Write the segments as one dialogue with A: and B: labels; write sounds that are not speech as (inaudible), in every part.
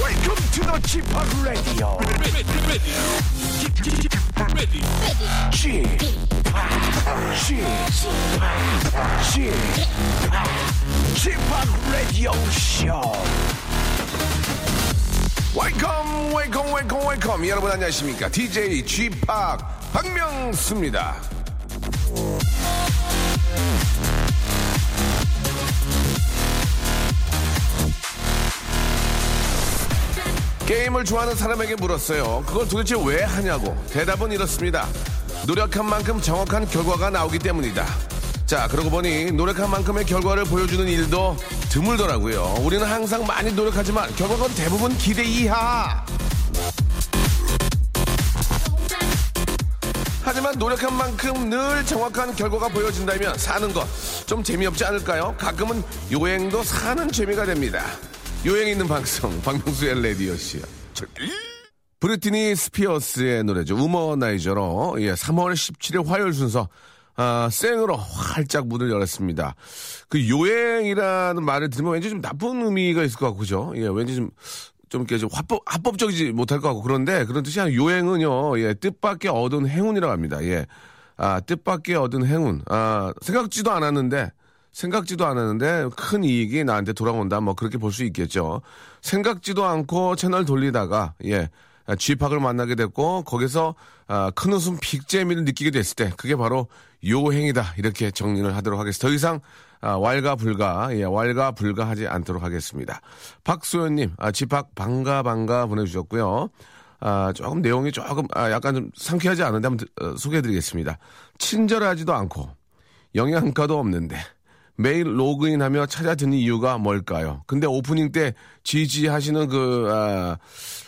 A: Welcome to the g p o p Radio.
B: ready, ready, ready, ready,
A: g p o p G-POP, g p o p Radio Show.
C: 웨이컴 웨이컴 웨이컴 웨이컴 여러분 안녕하십니까 DJ g p 박명수입니다 게임을 좋아하는 사람에게 물었어요 그걸 도대체 왜 하냐고 대답은 이렇습니다 노력한 만큼 정확한 결과가 나오기 때문이다 자 그러고 보니 노력한 만큼의 결과를 보여주는 일도 드물더라고요 우리는 항상 많이 노력하지만 결과는 대부분 기대 이하 하지만 노력한 만큼 늘 정확한 결과가 보여진다면 사는 것 좀 재미없지 않을까요? 가끔은 요행도 사는 재미가 됩니다. 요행 있는 방송 박명수의 레디오 씨요. 절- 브리티니 스피어스의 노래죠. 우머나이저로 예, 3월 17일 화요일 순서 아, 생으로 활짝 문을 열었습니다. 그 요행이라는 말을 들으면 왠지 좀 나쁜 의미가 있을 것 같고 그죠? 예, 왠지 좀 좀 이렇게 좀 화법, 합법적이지 못할 것 같고 그런데 그런 뜻이 아니라 요행은요, 예, 뜻밖의 얻은 행운이라고 합니다. 예. 아, 뜻밖의 얻은 행운. 아, 생각지도 않았는데 생각지도 않았는데 큰 이익이 나한테 돌아온다. 뭐 그렇게 볼 수 있겠죠. 생각지도 않고 채널 돌리다가 예. 쥐팍을 만나게 됐고 거기서 아, 큰 웃음 빅재미를 느끼게 됐을 때 그게 바로 요행이다 이렇게 정리를 하도록 하겠습니다. 더 이상 아, 왈가불가 예, 왈가불가하지 않도록 하겠습니다. 박소연님 아, 쥐팍 반가 반가 보내주셨고요. 아, 조금 내용이 조금 아, 약간 좀 상쾌하지 않은데 한번 드- 어, 소개해드리겠습니다. 친절하지도 않고 영양가도 없는데 매일 로그인하며 찾아 듣는 이유가 뭘까요? 근데 오프닝 때 지지 하시는 그 아,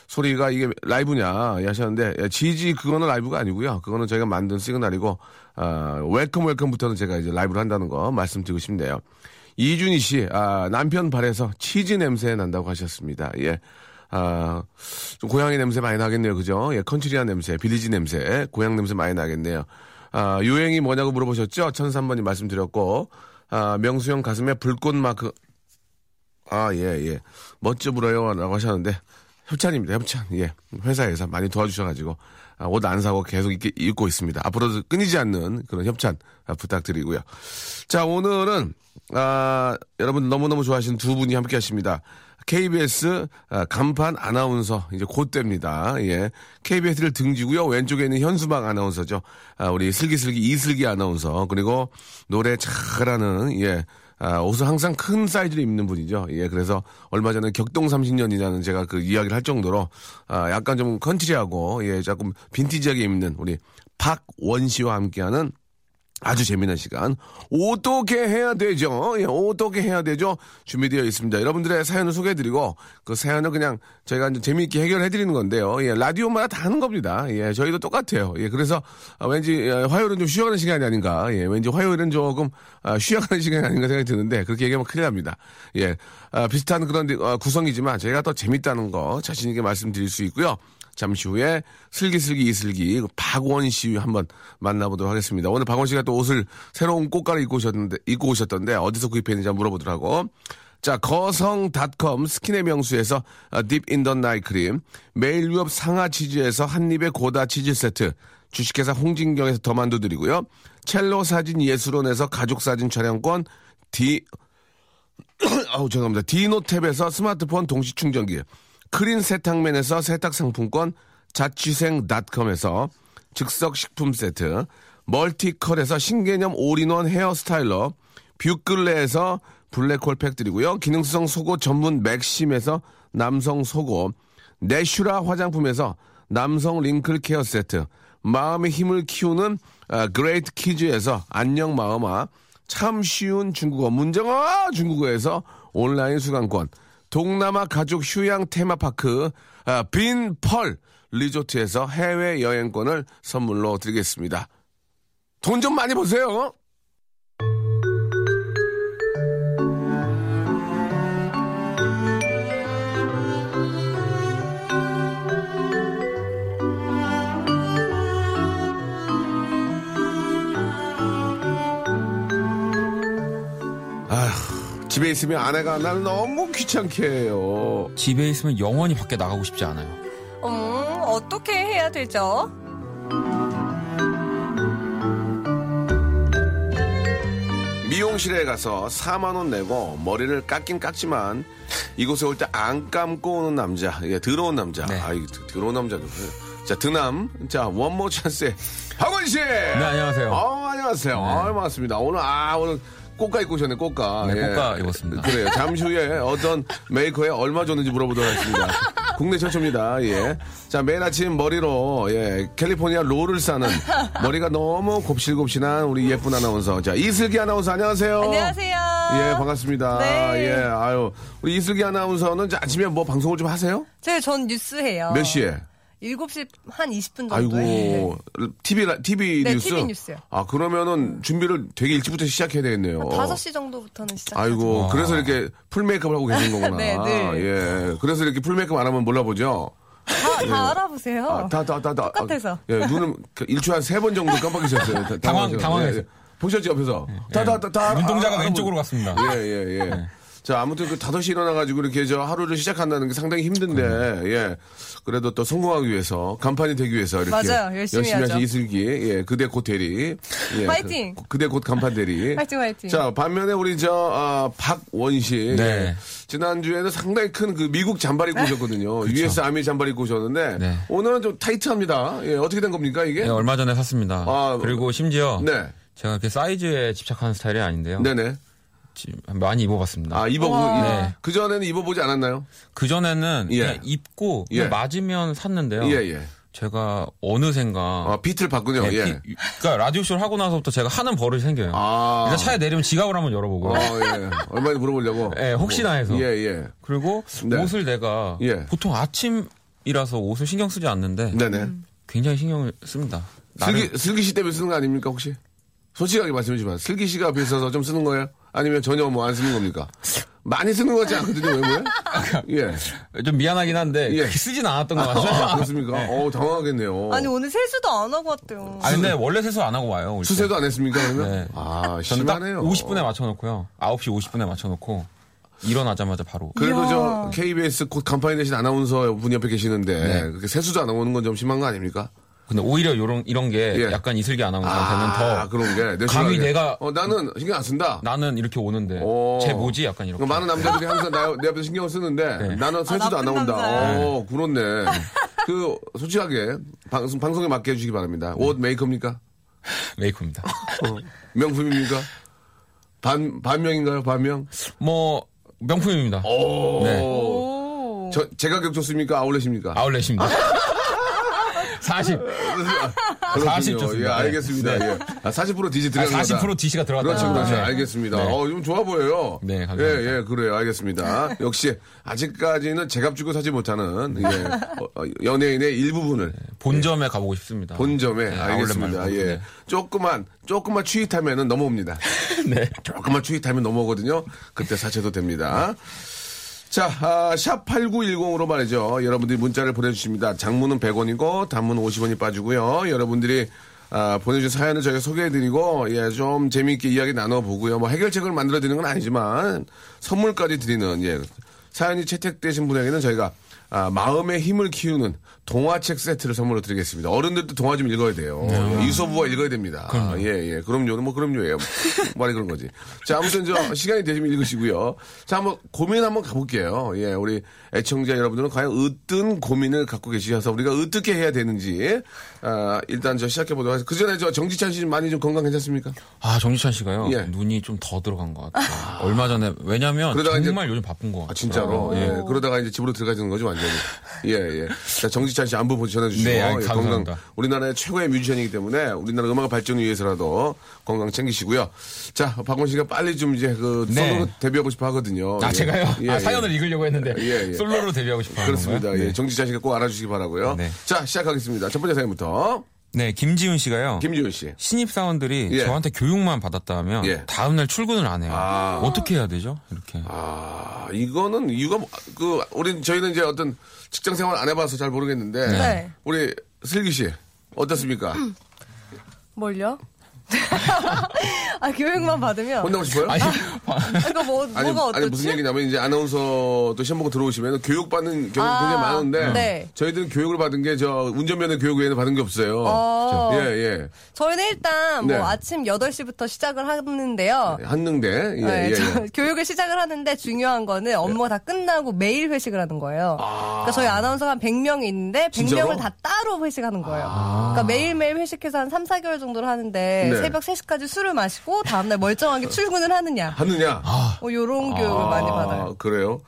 C: 소리가 이게 라이브냐 예, 하셨는데 예, 지지 그거는 라이브가 아니고요. 그거는 저희가 만든 시그널이고 아, 웰컴 웰컴부터는 제가 이제 라이브를 한다는 거 말씀드리고 싶네요. 이준희 씨 아, 남편 발에서 치즈 냄새 난다고 하셨습니다. 예. 아, 좀 고양이 냄새 많이 나겠네요. 그죠? 예, 컨츄리한 냄새, 빌리지 냄새, 고양 냄새 많이 나겠네요. 아, 요행이 뭐냐고 물어보셨죠? 1003번이 말씀드렸고, 아, 명수형 가슴에 불꽃 마크, 아, 예, 예. 멋져 불어요. 라고 하셨는데, 협찬입니다, 협찬. 예. 회사에서 많이 도와주셔가지고, 아, 옷 안 사고 계속 입게, 입고 있습니다. 앞으로도 끊이지 않는 그런 협찬 아, 부탁드리고요. 자, 오늘은, 아, 여러분 너무너무 좋아하시는 두 분이 함께 하십니다. KBS 아, 간판 아나운서 이제 곧 됩니다. 예. KBS를 등지고요. 왼쪽에 있는 현수막 아나운서죠. 아, 우리 슬기슬기 이슬기 아나운서 그리고 노래 잘하는 예. 아, 옷을 항상 큰 사이즈를 입는 분이죠. 예, 그래서 얼마 전에 격동 30년이라는 제가 그 이야기를 할 정도로 아, 약간 좀 컨트리하고 예, 조금 빈티지하게 입는 우리 박원 씨와 함께하는 아주 재미난 시간. 어떻게 해야 되죠? 예, 어떻게 해야 되죠? 준비되어 있습니다. 여러분들의 사연을 소개해드리고, 그 사연을 그냥 저희가 이제 재미있게 해결해드리는 건데요. 예, 라디오마다 다 하는 겁니다. 예, 저희도 똑같아요. 예, 그래서 아, 왠지 예, 화요일은 좀 쉬어가는 시간이 아닌가. 예, 왠지 화요일은 조금 아, 쉬어가는 시간이 아닌가 생각이 드는데, 그렇게 얘기하면 큰일 납니다. 예, 아, 비슷한 그런 어, 구성이지만 저희가 더 재밌다는 거 자신있게 말씀드릴 수 있고요. 잠시 후에 슬기슬기 이슬기 그 박원 씨 한번 만나보도록 하겠습니다. 오늘 박원 씨가 또 옷을 새로운 꽃가루 입고 오셨는데 입고 오셨던데 어디서 구입했는지 한번 물어보도록 하고. 자, 거성닷컴 스킨의 명수에서 딥인던 나이 크림, 매일 유업 상하 치즈에서 한입의 고다 치즈 세트, 주식회사 홍진경에서 더만두 드리고요. 첼로 사진 예술원에서 가족 사진 촬영권, 디 아우 죄송합니다. 디노탭에서 스마트폰 동시 충전기, 크린 세탁맨에서 세탁 상품권, 자취생닷컴에서 즉석 식품 세트, 멀티컬에서 신개념 올인원 헤어 스타일러, 뷰클레에서 블랙홀 팩 드리고요. 기능성 속옷 전문 맥심에서 남성 속옷, 내슈라 화장품에서 남성 링클 케어 세트, 마음의 힘을 키우는 아, 그레이트 키즈에서 안녕 마음아, 참 쉬운 중국어 문정아 중국어에서 온라인 수강권, 동남아 가족 휴양 테마파크 아, 빈펄 리조트에서 해외 여행권을 선물로 드리겠습니다. 돈 좀 많이 보세요. 아휴, 집에 집에 있으면 아내가 날 너무 귀찮게 해요.
D: 집에 있으면 영원히 밖에 나가고 싶지 않아요.
E: 음, 어떻게 해야 되죠?
C: 미용실에 가서 4만원 내고 머리를 깎긴 깎지만 이곳에 올 때 안 감고 오는 남자. 예, 더러운 남자.
D: 네.
C: 아, 이 더러운 남자 누구예요? 자, 드남. 자, 원모 찬스의 박원 씨!
D: 네, 안녕하세요. 네.
C: 어, 안녕하세요. 아, 반갑습니다. 오늘, 아, 오늘 꽃가 입고 오셨네, 꽃가. 예.
D: 네, 꽃가 입었습니다.
C: 그래요. 잠시 후에 어떤 메이커에 얼마 줬는지 물어보도록 하겠습니다. 국내 최초입니다. 예. 자, 매일 아침 머리로, 예, 캘리포니아 롤을 싸는 머리가 너무 곱실곱실한 우리 예쁜 아나운서. 자, 이슬기 아나운서 안녕하세요.
E: 안녕하세요.
C: 어. 예, 반갑습니다.
E: 네.
C: 예, 아유. 우리 이슬기 아나운서는 이제 아침에 뭐 방송을 좀 하세요?
E: 제가 전 뉴스 해요.
C: 몇 시에?
E: 7시 한 20분 정도에.
C: 아이고, TV, 라- TV
E: 네,
C: 뉴스?
E: TV 뉴스요.
C: 아, 그러면은 준비를 되게 일찍부터 시작해야 되겠네요.
E: 5시 정도부터는 시작.
C: 어. 아이고, 그래서 이렇게 풀 메이크업을 하고 계신
D: (laughs)
C: 거구나.
E: 네, 늘.
C: 예. 그래서 이렇게 풀 메이크업 안 하면 몰라보죠?
E: 다, 다 알아보세요.
C: 예.
D: 어.
C: 아, 다, 다, 다, 다.
E: 똑같아서.
C: 예, 눈은 그 일주일에 한 세 번 정도 깜빡이셨어요. 다-
D: (laughs) 당황-
C: 당황하셔서.
D: 당황해서. 예,
C: 보셨죠, 옆에서? 다, 다, 다, 다.
D: 눈동자가
C: 아, 아,
D: 왼쪽으로 갔습니다.
C: 예, 예, 예.
D: 네.
C: 자, 아무튼 그 5시 일어나가지고 이렇게 저 하루를 시작한다는 게 상당히 힘든데, 예. 그래도 또 성공하기 위해서, 간판이 되기 위해서 이렇게.
E: 맞아요. 열심히
C: 열심히 하신
E: 하죠.
C: 이슬기, 예. 그대 곧 대리. 예.
E: 화이팅!
C: 그, 대곧 간판 대리.
E: (laughs) 화이팅, 화이팅.
C: 자, 반면에 우리 저, 아, 박원 씨.
D: 네.
C: 예. 지난주에는 상당히 큰 그 미국 잠바를 입고
D: (laughs)
C: 오셨거든요. US 아미 잠바를 입고 오셨는데,
D: 네.
C: 오늘은 좀 타이트합니다. 예. 어떻게 된 겁니까, 이게?
D: 네, 얼마 전에 샀습니다.
C: 아,
D: 그리고 심지어
C: 네.
D: 제가 이렇게 사이즈에 집착하는 스타일이 아닌데요.
C: 네네.
D: 지- 많이 입어봤습니다.
C: 아, 입어보,
D: 네.
C: 그전에는 입어보지 않았나요?
D: 그 전에는
C: 예.
D: 그냥 입고
C: 예.
D: 그냥 맞으면 샀는데요.
C: 예, 예.
D: 제가 어느샌가
C: 아, 비트를 봤군요.
D: 네,
C: 예.
D: 피- 그러니까 라디오 쇼를 하고 나서부터 제가 하는 버릇이 생겨요.
C: 아.
D: 일단 차에 내리면 지갑을 한번 열어보고.
C: 어, 예. 얼마나 물어보려고.
D: 예, 혹시나 해서.
C: 예, 예.
D: 그리고
C: 네.
D: 옷을 내가
C: 예.
D: 보통 아침이라서 옷을 신경 쓰지 않는데
C: 네네.
E: 음.
D: 굉장히 신경을 씁니다. 나름-
C: 슬기, 슬기 씨 때문에 쓰는 거 아닙니까, 혹시? 솔직하게 말씀해주시면 슬기 씨가 앞에 있어서 좀 쓰는 거예요? 아니면 전혀 뭐 안 쓰는 겁니까? 많이 쓰는 거 같지 않거든요, 외모에? 예.
D: 좀 미안하긴 한데
C: 예.
D: 그렇게 쓰진 않았던 것
C: 아,
D: 같아요. 네.
C: 그렇습니까? 어우, 당황하겠네요.
E: 아니, 오늘 세수도 안 하고 왔대요.
D: 아 근데 원래 세수 안 하고 와요. 올 때.
C: 수세도 안 했습니까, 그러면?
D: 네.
C: 아,
D: 저는 딱
C: 심하네요.
D: 50분에 맞춰놓고요. 9시 50분에 맞춰놓고 일어나자마자 바로.
C: 그래도
E: 이야.
C: 저 KBS 곧 간판이 되신 아나운서 분 옆에 계시는데,
D: 네.
C: 그렇게 세수도 안 나오는 건 좀 심한 거 아닙니까?
D: 근데 오히려 이런 이런 게
C: 예.
D: 약간 이슬기 아나운서 되면
C: 아,
D: 더
C: 그런 게. 내
D: 감히
C: 생각에.
D: 내가-
C: 어, 나는 신경 안 쓴다.
D: 나는 이렇게 오는데
C: 오.
D: 쟤 뭐지 약간 이렇게.
C: 그러니까 많은 남자들이 항상 나, 내 앞에서 신경을 쓰는데
D: 네.
C: 나는 세수도 안
E: 아, 나쁜
C: 나온다.
E: 남자야.
C: 어, 그렇네. 그 솔직하게 방송 방송에 맞게 해주시기 바랍니다. 옷 메이커입니까?
D: 메이크업입니다.
C: 명품입니까? 반 반명인가요? 반명?
D: 뭐 명품입니다.
C: 어.
D: 네.
E: 오.
C: 저 제가 격조습니까? 아울렛입니까? (laughs)
D: 아울렛입니다. 아, 40.
C: 아, 그렇군요.
D: 40
C: 예,
D: 좋습니다.
C: 알겠습니다.
D: 네.
C: 예. 아, 40% 디지
D: 아,
C: 들어간 거다.
D: 40% DC가 들어갔다.
C: 그렇죠, 그렇죠.
D: 네.
C: 알겠습니다.
D: 네.
C: 어, 좀 좋아 보여요.
D: 네, 감사합니다.
C: 예, 예, 그래요. 알겠습니다. 역시 아직까지는 제값 주고 사지 못하는 예, 어, 어, 연예인의 일부분을
D: 본점에 가보고 싶습니다.
C: 본점에
D: 네, 아울렛
C: 알겠습니다.
D: 말고.
C: 예.
D: 네.
C: 조금만 조금만 추이타면은 넘어옵니다.
D: 네.
C: 조금만 추이타면 넘어오거든요. 그때 사채도 됩니다. 자, 아, 샵8910으로 말이죠. 여러분들이 문자를 보내주십니다. 장문은 100원이고, 단문은 50원이 빠지고요. 여러분들이, 아, 보내주신 사연을 저희가 소개해드리고, 예, 좀 재미있게 이야기 나눠보고요. 뭐 해결책을 만들어드리는 건 아니지만, 선물까지 드리는, 예, 사연이 채택되신 분에게는 저희가, 아, 마음의 힘을 키우는 동화책 세트를 선물로 드리겠습니다. 어른들도 동화 좀 읽어야 돼요. 예, 이소부가 읽어야 됩니다. 아, 예, 예. 그럼요. 뭐, 그럼요예요. 말이 그런 거지. 자, 아무튼 저 시간이 되시면 읽으시고요. 자, 한번 고민 한번 가볼게요. 예, 우리 애청자 여러분들은 과연 어떤 고민을 갖고 계시셔서 우리가 어떻게 해야 되는지, 아, 일단 저 시작해보도록 하겠습니다. 그 전에 저 정지찬 씨 많이 좀 건강 괜찮습니까?
D: 아, 정지찬 씨가요.
C: 예.
D: 눈이 좀 더 들어간 것 같아요. 얼마 전에, 왜냐면
C: 그러다가
D: 정말
C: 이제-
D: 요즘 바쁜 것 같아요.
C: 아,
D: 어.
C: 진짜로. 예. 그러다가 이제 집으로 들어가시는 거죠, 완전히. 예, 예. 자, 정지찬 씨 안부 전해 주시고.
D: 네,
C: 예,
D: 감사합니다.
C: 우리나라의 최고의 뮤지션이기 때문에 우리나라 음악 발전을 위해서라도 건강 챙기시고요. 자, 박원 씨가 빨리 좀 이제 그
D: 네.
C: 솔로로 데뷔하고 싶어 하거든요.
D: 아,
C: 예.
D: 제가요?
C: 예,
D: 아,
C: 예.
D: 사연을 읽으려고 했는데.
C: 예, 예.
D: 솔로로 데뷔하고 싶어 하는
C: 그렇습니다.
D: 건가요?
C: 예. 정지찬 씨가 꼭 알아주시기 바라고요.
D: 네.
C: 자, 시작하겠습니다. 첫 번째 사연부터
D: 네, 김지훈 씨가요.
C: 김지훈 씨.
D: 신입사원들이
C: 예.
D: 저한테 교육만 받았다 하면
C: 예.
D: 다음날 출근을 안 해요. 어떻게 해야 되죠? 이렇게.
C: 아, 이거는 이유가 뭐- 그 우리 저희는 이제 어떤 직장 생활 안 해봐서 잘 모르겠는데
E: 네.
C: 우리 슬기 씨 어떻습니까?
E: 뭘요? (laughs) 아 교육만 받으면
C: 혼나고 싶어요?
D: 아니, (laughs)
E: 이거 뭐
C: 아니,
E: 뭐가 어떻지?
C: 아니, 무슨 얘기냐면 이제 아나운서 또 시험 보고 들어오시면 교육받는 경우 가 굉장히
E: 아,
C: 많은데
E: 네.
C: 저희들은 교육을 받은 게 저 운전면허 교육 외에는 받은 게 없어요.
E: 어.
C: 예, 예.
E: 저희는 일단
C: 네.
E: 뭐 아침 8시부터 시작을 하는데요.
C: 한능대. 예,
E: 네,
C: 예,
E: 저-
C: 예.
E: (laughs) 교육을 시작을 하는데 중요한 거는 업무가 다 끝나고 매일 회식을 하는 거예요. 그러니까 저희 아나운서가 한 100명이 있는데 100명을
C: 아. 진짜로? 아.
E: 다 따로 회식하는 거예요. 그러니까 매일매일 회식해서 한 3, 4개월 정도를 하는데
C: 네.
E: 새벽 3시까지 술을 마시고 다음날 멀쩡하게 출근을 하느냐.
C: 하느냐?
E: 뭐 요런 교육을 많이 받아요.
C: 아, 그래요?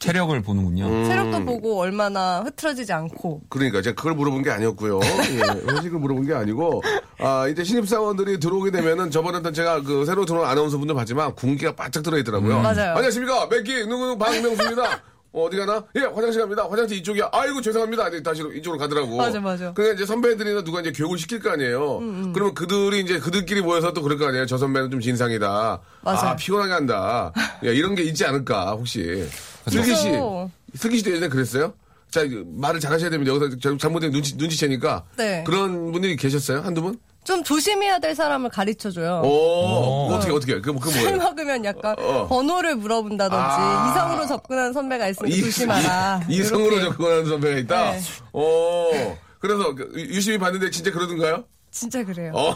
D: 체력을 보는군요.
C: 음.
E: 체력도 보고 얼마나 흐트러지지 않고.
C: 그러니까 제가 그걸 물어본 게 아니었고요. 예, 회식을 물어본 게 아니고 아 이제 신입사원들이 들어오게 되면은 저번에도 제가 그 새로 들어온 아나운서분들 봤지만 군기가 바짝 들어있더라고요.
E: 음. 맞아요.
C: 안녕하십니까 맥기 누구 박명수입니다. 어, 어디 가나? 예, 화장실 갑니다. 화장실 이쪽이야. 아이고, 죄송합니다. 아니, 다시 이쪽으로 가더라고.
E: 맞아, 맞아. 음,
C: 그러니까 이제 선배들이나 누가 이제 교육을 시킬 거 아니에요. 그러면 그들이 이제 그들끼리 모여서 또 그럴 거 아니에요. 저 선배는 좀 진상이다.
E: 맞아요.
C: 아, 피곤하게 한다. 예, 이런 게 있지 않을까, 혹시. 슬기 씨.
E: 그래서-
C: 슬기 씨도 예전에 그랬어요? 자, 이거 말을 잘하셔야 됩니다. 여기서 자- 잘못되면 눈치, 눈치채니까.
E: 네.
C: 그런 분들이 계셨어요? 한두 분?
E: 좀 조심해야 될 사람을 가르쳐줘요.
C: 오, 그거 어떻게, 어떻게, 그, 그
E: 술
C: 뭐예요?
E: 먹으면 약간
C: 어.
E: 번호를 물어본다든지
C: 아.
E: 이성으로 접근하는 선배가 있으니
C: 이-
E: 조심하라.
C: 이- 이성으로
E: 이렇게.
C: 접근하는 선배가 있다?
E: 네.
C: 오, 그래서 그 유- 유심히 봤는데 진짜 그러던가요?
E: 진짜 그래요.
C: 어.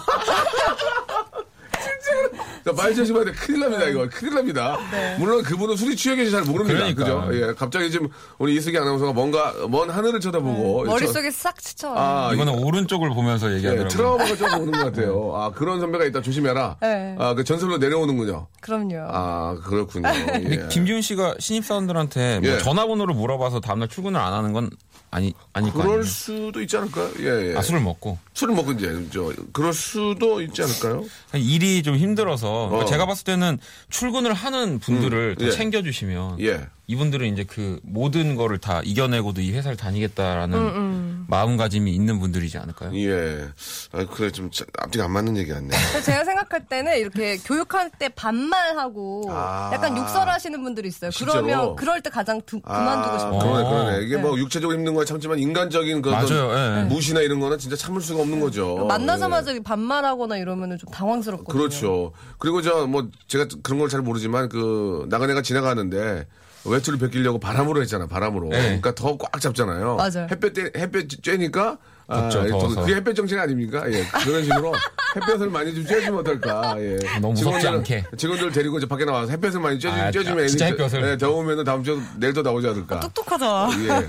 C: 진짜로. 말 조심해야 돼. 큰일 납니다, 이거. 큰일 납니다.
E: 네.
C: 물론 그분은 술이 취해 계셔서 잘 모릅니다.
D: 그러니까.
C: 그죠? 예. 갑자기 지금 우리 이승기 아나운서가 뭔가, 먼 하늘을 쳐다보고.
E: 네. 머릿속에 싹 스쳐.
C: 아,
D: 이거는 오른쪽을 보면서
C: 예,
D: 얘기하더라고요.
C: 트라우마가 좀 오는 것 같아요. 아, 그런 선배가 있다. 조심해라.
E: 네.
C: 아, 그 전설로 내려오는군요.
E: 그럼요.
C: 아,
D: (laughs)
C: 그렇군요.
D: 근데
C: 예.
D: 김지훈 씨가 신입사원들한테 뭐
C: 예.
D: 전화번호를 물어봐서 다음날 출근을 안 하는 건 아니 아니 거 아니에요?
C: 그럴 수도 있지 않을까요? 예, 예.
D: 아, 술을 먹고
C: 술을 먹은 지, 저, 그럴 수도 있지 않을까요?
D: 사실 일이 좀 힘들어서 그러니까
C: 어.
D: 제가 봤을 때는 출근을 하는 분들을 다
C: 예.
D: 챙겨주시면
C: 예.
D: 이분들은 이제 그 모든 거를 다 이겨내고도 이 회사를 다니겠다라는 마음가짐이 있는 분들이지 않을까요?
C: 예. 아, 그래, 좀, 자- 앞뒤가 안 맞는 얘기 같네.
E: 그래서 제가 생각할 때는 이렇게 교육할 때 반말하고
C: 아.
E: 약간 욕설하시는 분들이 있어요.
C: 실제로? 아.
E: 그러면 그럴 때 가장 두-
D: 아,
E: 그만두고 싶어요.
C: 그러네,
D: 어.
C: 그러네. 이게 뭐 육체적으로 힘든 건 참지만 인간적인 그
D: 맞아요, 예.
C: 무시나 이런 거는 진짜 참을 수가 없는 거죠. 예.
E: 만나자마자 반말하거나 이러면 좀 당황스럽거든요.
C: 그렇죠. 그리고 저 뭐 제가 그런 걸 잘 모르지만 그 나그네가 지나가는데 외투를 벗기려고 바람으로 했잖아. 바람으로.
D: 네.
C: 그러니까 더 꽉 잡잖아요.
E: 맞아요.
C: 햇볕 때 햇볕 쬐니까 아,
D: 덥죠,
C: 예,
D: 더워서.
C: 그게 햇볕 정책 아닙니까? 예. 그런 식으로 (laughs) 햇볕을 많이 좀 쬐주면 어떨까? 예.
D: 너무 무섭지
C: 직원들-
D: 않게.
C: 직원들 데리고 이제 밖에 나와서 햇볕을 많이 쬐주,
D: 아,
C: 쬐주면
D: 진짜
C: 애들이
D: 햇볕을. 아,
C: 예, 더우면은 다음 주 내일 또 나오지 않을까?
E: 똑똑하다.
C: 예.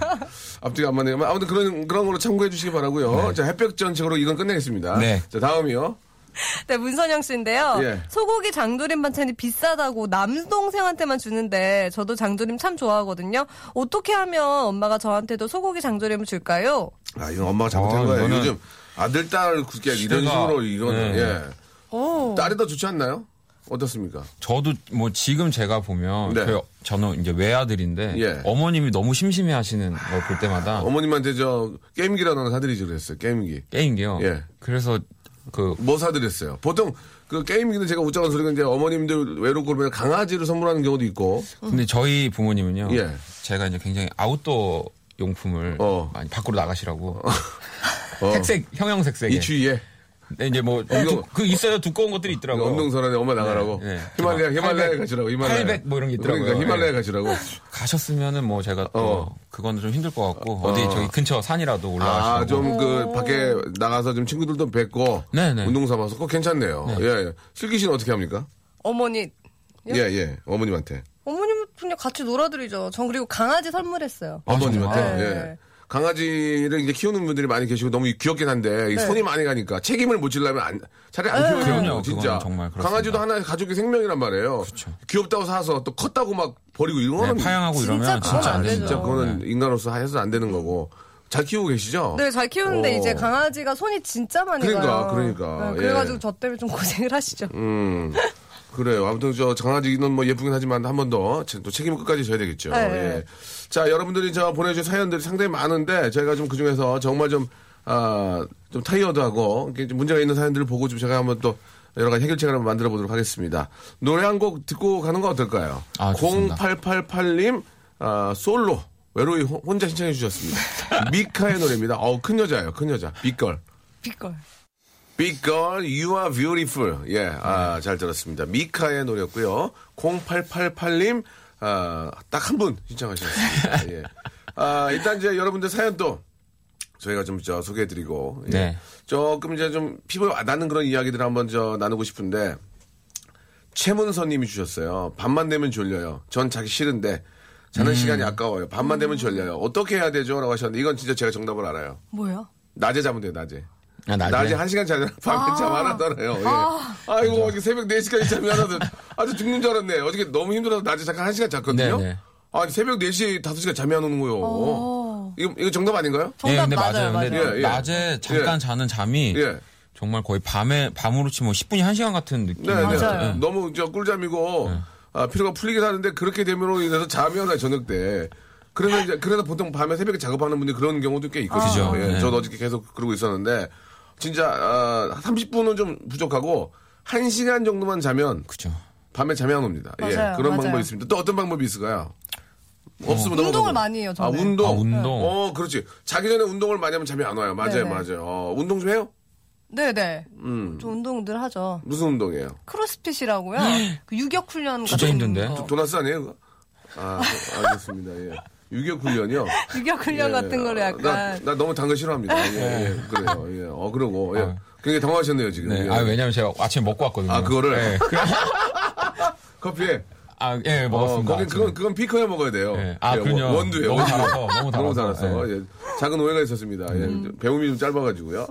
C: 앞뒤가 안 맞네요. 아무튼 그런 그런 걸로 참고해 주시기 바라고요. 자, 햇볕 전책으로 이건 끝내겠습니다.
D: 네.
C: 자, 다음이요.
E: (laughs) 네, 문선영 씨인데요.
C: 예.
E: 소고기 장조림 반찬이 비싸다고 남동생한테만 주는데 저도 장조림 참 좋아하거든요. 어떻게 하면 엄마가 저한테도 소고기 장조림을 줄까요?
C: 아, 이건 엄마가 잘못한
D: 아,
C: 거예요.
D: 이거는
C: 요즘 아들, 딸 굳게 이런
D: 시대가-
C: 식으로 이거는
D: 네.
C: 예.
E: 오.
C: 딸이 더 좋지 않나요? 어떻습니까?
D: 저도 뭐 지금 제가 보면
C: 네.
D: 저희- 저는 이제 외아들인데
C: 예. 아,
D: 어머님이 너무 심심해하시는 걸 볼 때마다
C: 어머님한테 저 게임기라는 거 사드리지 그랬어요. 게임기.
D: 게임기요.
C: 예.
D: 그래서 그
C: 뭐 사드렸어요? 보통 그 게임기는 제가 웃자는 소리가 이제 어머님들 외롭고 그러면 강아지를 선물하는 경우도 있고
D: 근데 저희 부모님은요.
C: 예.
D: 제가 이제 굉장히 아웃도어 용품을
C: 어.
D: 많이 밖으로 나가시라고. (laughs) 색색 형형색색에.
C: 이 추위에
D: 근데 이제 뭐
C: 이거-
D: 두, 그 있어요 두꺼운 것들이 있더라고.
C: 엄동설한에 엄마 나가라고
D: 네, 네.
C: 히말라야 히말라야
D: 800,
C: 가시라고 히말라야
D: 800뭐 이런 게 있더라고요.
C: 그러니까 히말라야
D: 예.
C: 가시라고
D: 가셨으면은 뭐 제가 또
C: 어.
D: 그거는 좀 힘들 것 같고 어. 디 저기 근처 산이라도 올라가시고. 네,
C: 아 좀 그 밖에 나가서 좀 친구들도 뵙고
D: 네네.
C: 운동 삼아서 그거 괜찮네요 예, 예 슬기 씨는 어떻게 합니까?
E: 어머니.
C: 예, 예. 어머님한테.
E: 어머님은 그냥 같이 놀아드리죠. 전 그리고 강아지 선물했어요.
C: 어머님한테.
D: 아,
E: 정말?
C: 예.
E: 네.
C: 강아지를 이제 키우는 분들이 많이 계시고 너무 귀엽긴 한데 이 손이 많이 가니까 책임을 못 질려면 안, 차라리 안 키우는
D: 그럼요.
C: 거예요, 진짜.
D: 그거는 정말 그렇습니다. 그렇죠.
C: 강아지도 하나의 가족의 생명이란 말이에요. 귀엽다고 사서 또 컸다고 막 버리고 이런
D: 네,
C: 거는
D: 파양하고
E: 진짜
D: 이러면
E: 그건
D: 진짜 안
E: 안
D: 됩니다. 네.
C: 진짜
E: 되죠.
C: 그거는 인간으로서 해서 안 되는 거고 잘 키우고 계시죠?
E: 네, 잘 키우는데
C: 오.
E: 이제 강아지가 손이 진짜 많이
C: 어. 그러니까,
E: 가요.
C: 그러니까.
E: 네, 그래가지고
C: 예.
E: 저 때문에 좀 고생을 하시죠.
C: 음. 그래요. 아무튼 저 강아지는 뭐 예쁘긴 하지만 한 번 더 또 책임을 끝까지 져야 되겠죠.
E: 네.
C: 예. 자, 여러분들이 저 보내주신 사연들이 상당히 많은데 저희가 좀 그중에서 정말 좀, 아, 좀 타이어드하고 이렇게 좀 문제가 있는 사연들을 보고 좀 제가 한번 또 여러 가지 해결책을 한번 만들어 보도록 하겠습니다. 노래 한 곡 듣고 가는 거 어떨까요?
D: 아, 좋습니다.
C: 0888님, 아, 솔로. 외로이 호- 혼자 어, 신청해 주셨습니다. 미카의 노래입니다. 어큰 여자예요, 큰 여자. 빛걸.
E: 빛걸.
C: Big Girl, You Are Beautiful. 예, 아, 잘 들었습니다. 미카의 노래였고요. 0888님, 아, 딱 한 분 신청하셨습니다. 예. 아, 일단 이제 여러분들 사연 또 저희가 좀 저 소개해드리고. 예.
D: 네.
C: 조금 이제 좀 피부에 와닿는 그런 이야기들을 한번 저 나누고 싶은데 최문서님이 주셨어요. 밤만 되면 졸려요. 전 자기 싫은데 자는 시간이 아까워요. 밤만 되면 졸려요. 어떻게 해야 되죠?라고 하셨는데 이건 진짜 제가 정답을 알아요.
E: 뭐야?
C: 낮에 자면 돼요. 낮에.
D: 아, 낮에?
C: 한 시간 자잖아. 밤에 잠 하나 따라요. 예. 아. 이고 어제 새벽 4시까지 잠이 하나도 아주 죽는 줄 알았네. 어저께 너무 힘들어서 낮에 잠깐 한 시간 잤거든요.
D: 네, 네.
C: 아 새벽 4시, 5시간 잠이 안 오는 거요.
D: 어.
E: 오.
C: 이거, 이거 정답 아닌가요?
D: 예,
E: 정답
D: 근데
E: 맞아요, 맞아요.
D: 근데
C: 맞아요. 예, 예.
D: 낮에 잠깐
C: 예.
D: 자는 잠이
C: 예.
D: 정말 거의 밤에 밤으로 치면 10분이 1시간 같은 느낌.
C: 네, 네.
D: 예.
E: 맞아요.
C: 너무 저 꿀잠이고
D: 네.
C: 아, 피로가 풀리긴 하는데 그렇게 되면으로 인해서 잠이 안 와요. 저녁 때. 그래서 이제 그래서 보통 밤에 새벽에 작업하는 분들 그런 경우도 꽤 있거든요.
D: 그죠.
C: 예,
D: 네.
C: 저도 어저께 계속 그러고 있었는데 진짜 아, 30분은 좀 부족하고 1시간 정도만 자면
D: 그죠.
C: 밤에 잠이 안 옵니다. 예,
E: 맞아요,
C: 그런
E: 맞아요.
C: 방법이 있습니다. 또 어떤 방법이 있을까요? 없으면
E: 운동을
C: 넘어가고.
E: 많이 해요, 저는.
C: 아, 운동.
D: 아, 운동.
C: 어, 그렇지. 자기 전에 운동을 많이 하면 잠이 안 와요. 맞아요,
E: 네네.
C: 맞아요. 어, 운동 좀 해요?
E: 네, 네.
C: 음.
E: 저 운동 늘 하죠.
C: 무슨 운동이에요?
E: 크로스핏이라고요. 그 유격 훈련
D: 예. 진짜
E: 같은
D: 힘든데?
E: 거.
C: 도나스 아니에요? 그거? 아, 네, 알겠습니다. 예. 유격 훈련이요.
E: 유격 (laughs) 훈련
C: 예,
E: 같은 거를
C: 아,
E: 약간
C: 나, 나 너무 단 거 싫어합니다. 예, 예, 그래요. 예. 어, 그러고. 예. 굉장히 당황하셨네요, 지금.
D: 아. 네.
C: 예.
D: 아, 왜냐면 제가 아침에 먹고 왔거든요.
C: 아, 그거를?
D: 예. 그-
C: 커피에.
D: 아, 예,
C: 어,
D: 먹었습니다.
C: 거긴, 그건, 그건 피커에 먹어야 돼요.
D: 예. 아,
C: 예,
D: 그럼요.
C: 원두예요.
D: 너무
C: 원두.
D: 달아서,
C: (laughs)
D: 너무
C: 너무
D: 달아서. 음.
C: 달았어. 예. 작은 오해가 있었습니다. 예. 좀 배움이 좀 짧아가지고요.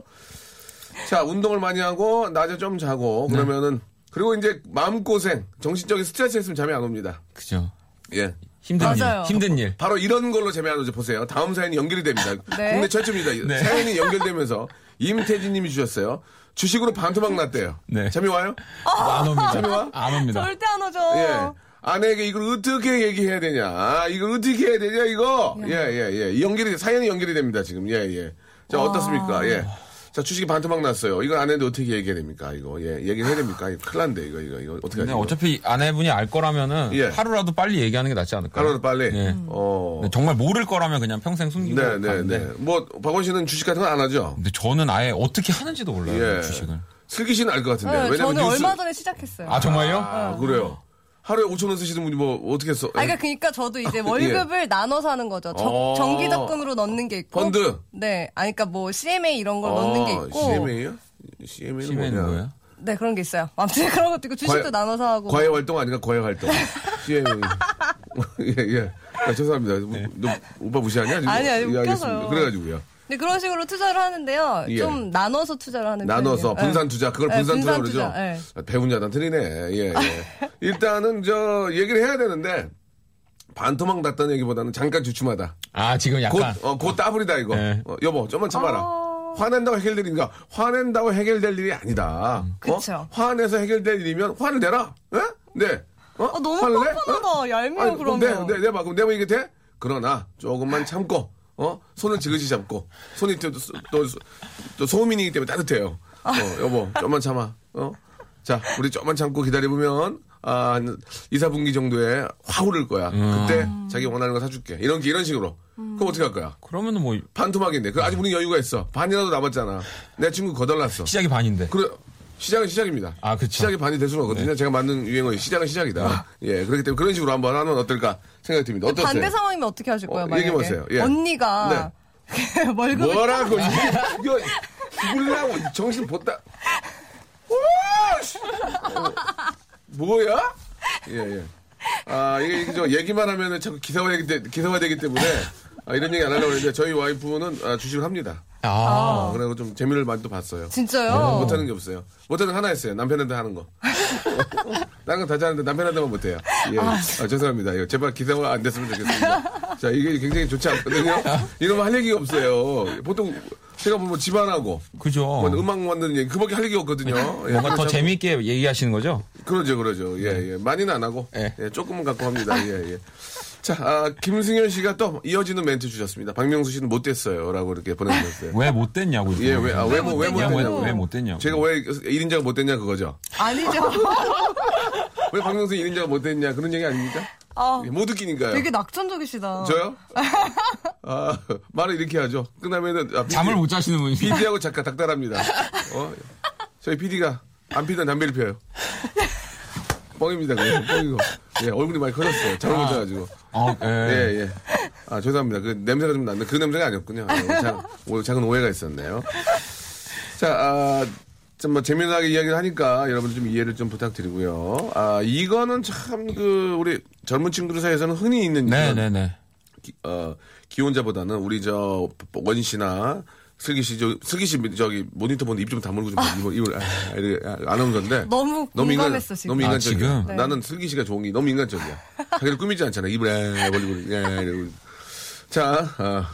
C: 자, 운동을 많이 하고, 낮에 좀 자고,
D: 네.
C: 그러면은, 그리고 이제 마음고생, 정신적인 스트레스 했으면 잠이 안 옵니다.
D: 그죠.
C: 예.
D: 힘든
E: 맞아요.
D: 일. 힘든 일.
C: 바로 이런 걸로 재미안 오죠. 보세요. 다음 사연이 연결이
D: (laughs)
C: 됩니다.
E: 네.
C: 국내 최초입니다. 사연이 연결되면서 임태진 님이 주셨어요. 주식으로 반토막 났대요.
D: 네.
C: 잠이 와요?
D: 안 옵니다. 안 옵니다.
E: 절대 안 오죠.
C: 예. 아내에게 이걸 어떻게 얘기해야 되냐. 아, 이걸 어떻게 해야 되냐, 이거. 예, 예, 예. 연결이, 사연이 연결이 됩니다, 지금. 예, 예. 자,
E: 아.
C: 어떻습니까? 예. 자, 주식이 반토막 났어요. 이걸 아내한테 어떻게 얘기해야 됩니까, 이거. 예. 얘기를 해야 됩니까? 이거 큰일 난데, 이거, 이거, 네, 이거. 어떻게
D: 근데
C: 하죠?
D: 네, 어차피 아내분이 알 거라면은
C: 예.
D: 하루라도 빨리 얘기하는 게 낫지 않을까요?
C: 하루라도 빨리.
D: 예.
C: 어.
D: 근데 정말 모를 거라면 그냥 평생 숨기고
C: 네, 네,
D: 가는데
C: 네. 뭐, 박원 씨는 주식 같은 건 안 하죠?
D: 근데 저는 아예 어떻게 하는지도 몰라요.
C: 예.
D: 네, 주식을.
C: 슬기 씨는 알 것 같은데.
E: 네,
C: 왜냐면
E: 저는
C: 뉴스.
E: 얼마 전에 시작했어요.
D: 아, 정말요?
C: 아, 그래요. 하루에 5천 원 쓰시는 분이 뭐 어떻게 써?
E: 아, 그러니까, 그러니까 저도 이제 월급을 나눠서 하는 거죠. 정-
C: 예. 어.
E: 정기적금으로 넣는 게 있고.
C: 펀드?
E: 네. 아, 그러니까 뭐 CMA 이런 걸 넣는 게 있고.
C: CMA요? CMA는
D: 심해는
C: 아, 뭐냐?
D: 거예요?
E: 네, 그런 게 있어요. 아무튼 그런 것도 있고 주식도
C: 과외-
E: 나눠서 하고.
C: 과외 활동 아닌가? 과외
E: (laughs)
C: 활동. CMA. 예, 예. 아, 죄송합니다.
D: 네.
C: 뭐, 너 오빠 무시하냐? 지금?
E: 아니, 아니,
C: 예, 알겠습니다.
E: 웃겨서요.
C: 그래가지고요.
E: 네, 그런 식으로 투자를 하는데요.
C: 예.
E: 좀 나눠서 투자를 하는
C: 나눠서
E: 편이에요.
C: 분산
E: 네.
C: 투자 그걸
E: 네,
C: 분산 투자
E: 분산
C: 그러죠.
E: 투자, 네.
C: 아, 배운 자단 틀리네. 예,
E: (laughs)
C: 예. 일단은 저 얘기를 해야 되는데 반토막 났다는 얘기보다는 잠깐 주춤하다.
D: 아, 지금
C: 곧,
D: 약간.
C: 어, 곧 따블이다, 이거.
D: 네.
C: 어, 여보, 좀만 참아라. 화낸다고 해결되니까 화낸다고 해결될 일이 아니다. 어?
E: 음. 그쵸.
C: 화내서 해결될 일이면 화를 내라. 예? 네. 어?
E: 어, 너무
C: 화를 내?
E: 뻔뻔하다.
C: 어?
E: 얄미워,
C: 아니,
E: 그러면. 아.
C: 네, 네, 네, 봐. 그럼 내면 이게 돼? 그러나 조금만 참고. 어? 손을 지그시 잡고. 손이 또, 또, 또 소음인이기 때문에 따뜻해요.
E: 아.
C: 어, 여보, 좀만 참아. 어? 자, 우리 좀만 참고 기다려보면 아, 한 2, 4분기 정도에 확 오를 거야. 그때 자기 원하는 거 사줄게. 이런 게 이런 식으로.
E: 음.
C: 그럼 어떻게 할 거야?
D: 그러면은 뭐
C: 반토막인데. 그 아직 우리 여유가 있어. 반이라도 남았잖아. 내 친구 거덜났어.
D: 시작이 반인데.
C: 그래 시작은 시작입니다.
D: 아, 그쵸. 네. 아.
C: 시작이 반이 될 수는 없거든요. 제가 만든 유행어 시작은 시작이다. 예, 그렇기 때문에 그런 식으로 한번 하면 어떨까 생각이 듭니다. 어떠세요?
E: 그 반대 상황이면 어떻게 하실 거예요,
C: 어,
E: 만약에?
C: 얘기해보세요. 예. 네.
E: 언니가 (laughs) 월급을
C: 뭐라고 이게 이거 죽을라고 정신 보다. 우와, 씨. 어, 뭐야? 예 예. 아 이게 이게 저 얘기만 하면은 자꾸 기사화되기 때 기사화되기 때문에 아, 이런 얘기 안 하려고 했는데 저희 와이프는 아, 주식을 합니다.
D: 아.
C: 아, 그래서 좀 재미를 많이 또 봤어요.
E: 진짜요?
C: 못하는 게 없어요. 못하는 거 하나 있어요. 남편한테 하는 거. 다른 건다 잘하는데 남편한테만 못해요. 예. 아, 죄송합니다. 이거 제발 기사가 안 됐으면 좋겠습니다. 자, 이게 굉장히 좋지 않거든요. 이러면 할 얘기가 없어요. 보통 제가 보면 집안하고
D: 그죠.
C: 뭐 음악 만드는 얘기 그밖에 할 얘기 없거든요. 예,
D: 어. 네. 뭔가 더
C: 그래서-
D: 재미있게 네. 얘기하시는 거죠?
C: 그러죠, 그러죠. 예, 예. 많이는 안 하고
D: 예.
C: 예, 조금은 갖고 합니다. 예, 예. 자, 아, 김승현 씨가 또 이어지는 멘트 주셨습니다. 박명수 씨는 못 됐어요라고 이렇게 보내주셨어요.
D: 왜 못 됐냐고.
C: 예, 왜, 아, 왜, 뭐- 왜, 못
E: 왜 못-
C: 됐냐고.
D: 왜못 됐냐고.
C: 제가 왜 1인자가 못 됐냐, 그거죠.
E: 아니죠.
C: (laughs) 왜 박명수 1인자가 못 됐냐, 그런 얘기 아닙니까?
E: 아,
C: 예, 못 웃기니까요.
E: 되게 낙천적이시다.
C: 저요? 아, 말을 이렇게 하죠. 끝나면은. 아,
D: 잠을 못 자시는 분이.
C: 비디하고 작가 닥달합니다. 어? 저희 PD가 안 피던 담배를 피워요. 뻥입니다. 그거 뻥이고. 예, 얼굴이 많이 커졌어요. 잘 오셔가지고.
D: 어, 예.
C: 예, 예. 아, 죄송합니다. 그 냄새가 좀 났는데 그 냄새가 아니었군요. 아, 오늘 작- 오늘 작은 오해가 있었네요. 자, 아, 좀뭐 재미나게 이야기를 하니까 여러분 좀 이해를 좀 부탁드리고요. 아, 이거는 참 그 우리 젊은 친구들 사이에서는 흔히 있는
D: 네,
C: 그런
D: 네, 네.
C: 기, 어, 기혼자보다는 우리 저 원희 씨나 슬기 씨, 저, 슬기 씨 저기 모니터 보는데 입 좀 다물고 좀 입을, 입을 아, 이렇게 아나운서인데
E: (laughs) 너무
C: 인간-
E: 공감했어, 지금.
C: 너무
D: 아,
C: 인간적이야.
D: 지금?
E: 네.
C: 나는 슬기 씨가 좋은 게 너무 인간적이야. 자기를 꾸미지 않잖아. 입을 에 벌리고 에 이러고. 자 어,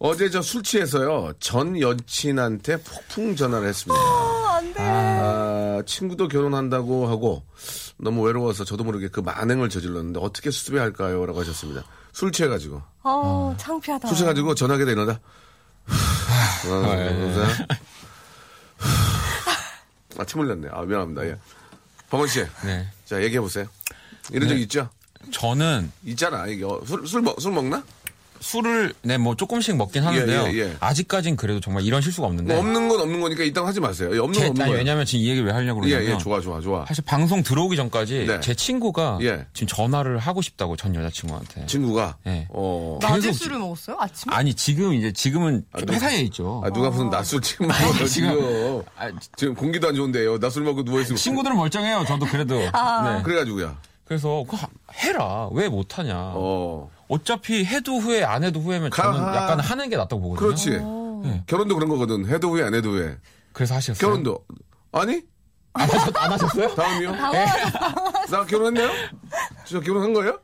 C: 어제 저 술 취해서요 전 여친한테 폭풍 전화를 했습니다.
E: 안 돼.
C: 아, 친구도 결혼한다고 하고 너무 외로워서 저도 모르게 그 만행을 저질렀는데 어떻게 수습해야 할까요?라고 하셨습니다. 술 취해가지고.
E: 어, 창피하다.
C: 쑤셔가지고 전화기에다 이러다. 어,
D: 예.
C: 여보세요? 아, 침 흘렸네. 아, 미안합니다. 예. 범원 씨.
D: 네.
C: 자, 얘기해보세요. 이런 적 있죠?
D: 저는
C: 있잖아. 이게 어, 술, 술, 먹, 술 먹나? 뭐
D: 술을 네 뭐 조금씩 먹긴 하는데요.
C: 예, 예.
D: 아직까진 그래도 정말 이런 실수가 없는데.
C: 뭐 없는 건 없는 거니까 일단 하지 마세요. 예, 없는
D: 네. 제,
C: 건 없는
D: 아니,
C: 거예요.
D: 왜냐면 지금 이 얘기를 왜 하려고
C: 예,
D: 그러냐면
C: 예, 좋아, 좋아, 좋아.
D: 사실 방송 들어오기 전까지
C: 네.
D: 제 친구가
C: 예.
D: 지금 전화를 하고 싶다고 전 여자친구한테.
C: 친구가.
D: 예.
C: 어.
E: 낮에
D: 계속
E: 술을 먹었어요? 아침에?
D: 아니 지금 이제 지금은
C: 누-
D: 회사에 있죠.
C: 아, 누가 무슨 낮술 지금 먹어요, 지금.
D: 지금- 아,
C: 지금 공기도 안 좋은데요. 낮술 먹고 누워있으면.
D: 친구들은 멀쩡해요. 저도 그래도. 네.
C: 그래가지고야.
D: 그래서 그거 해라. 왜 못하냐.
C: 어.
D: 어차피 해도 후회 안 해도 후회면 저는
C: 가하.
D: 약간 하는 게 낫다고 보거든요.
C: 그렇지.
D: 네.
C: 결혼도 그런 거거든. 해도 후회, 안 해도 후회.
D: 그래서 하셨어요.
C: 결혼도. 아니?
D: 안, 하셨, 안 하셨어요?
C: 다음이요?
E: 아,
C: 나 결혼했네요? 저 결혼한 거예요?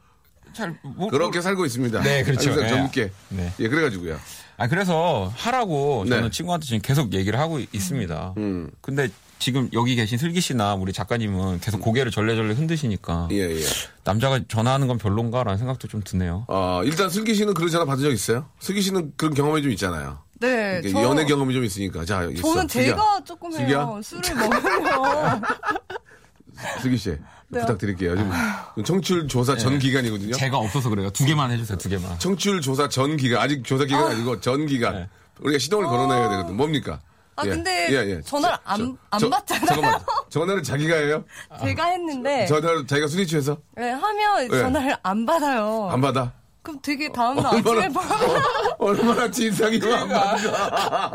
D: 잘 모-
C: 그렇게 살고 있습니다.
D: 네, 그렇죠.
C: 항상
D: 예.
C: 젊게.
D: 네.
C: 예, 그래가지고요.
D: 아 그래서 하라고 저는
C: 네. 음.
D: 친구한테 지금 계속 얘기를 하고 있- 있습니다. 근데 지금 여기 계신 슬기 씨나 우리 작가님은 계속 고개를 절레절레 흔드시니까
C: 예, 예.
D: 남자가 전화하는 건 별론가라는 생각도 좀 드네요.
C: 어, 일단 슬기 씨는 그런 전화 받은 적 있어요? 슬기 씨는 그런 경험이 좀 있잖아요.
E: 네.
C: 이게
E: 저,
C: 연애 경험이 좀 있으니까. 자, 있어.
E: 저는
C: 슬기야.
E: 제가 어, 조금 해요. 술을 먹으면.
C: (laughs) 슬기 씨.
E: 네.
C: 부탁드릴게요. 지금 청취율 조사 전 기간이거든요.
D: 네. 제가 없어서 그래요. 두 개만 해주세요. 두 개만.
C: 청취율 조사 전 기간. 아직 조사 기간 이 아니고 전 기간.
D: 네.
C: 우리가 시동을 걸어놔야 되거든. 뭡니까?
E: 아,
C: 예.
E: 근데 전화를 안- 안 받잖아요. 네.
C: 잠깐만. 전화를 자기가 해요?
E: 제가 했는데.
C: 전화를 자기가 술이 취해서?
E: 네, 하면
C: 예.
E: 전화를 안 받아요.
C: 안 받아?
E: 그럼 되게 다음날 아침에 뭐 봐.
C: 얼마나 진상이고 안
E: 그러니까.
C: 받아. 아,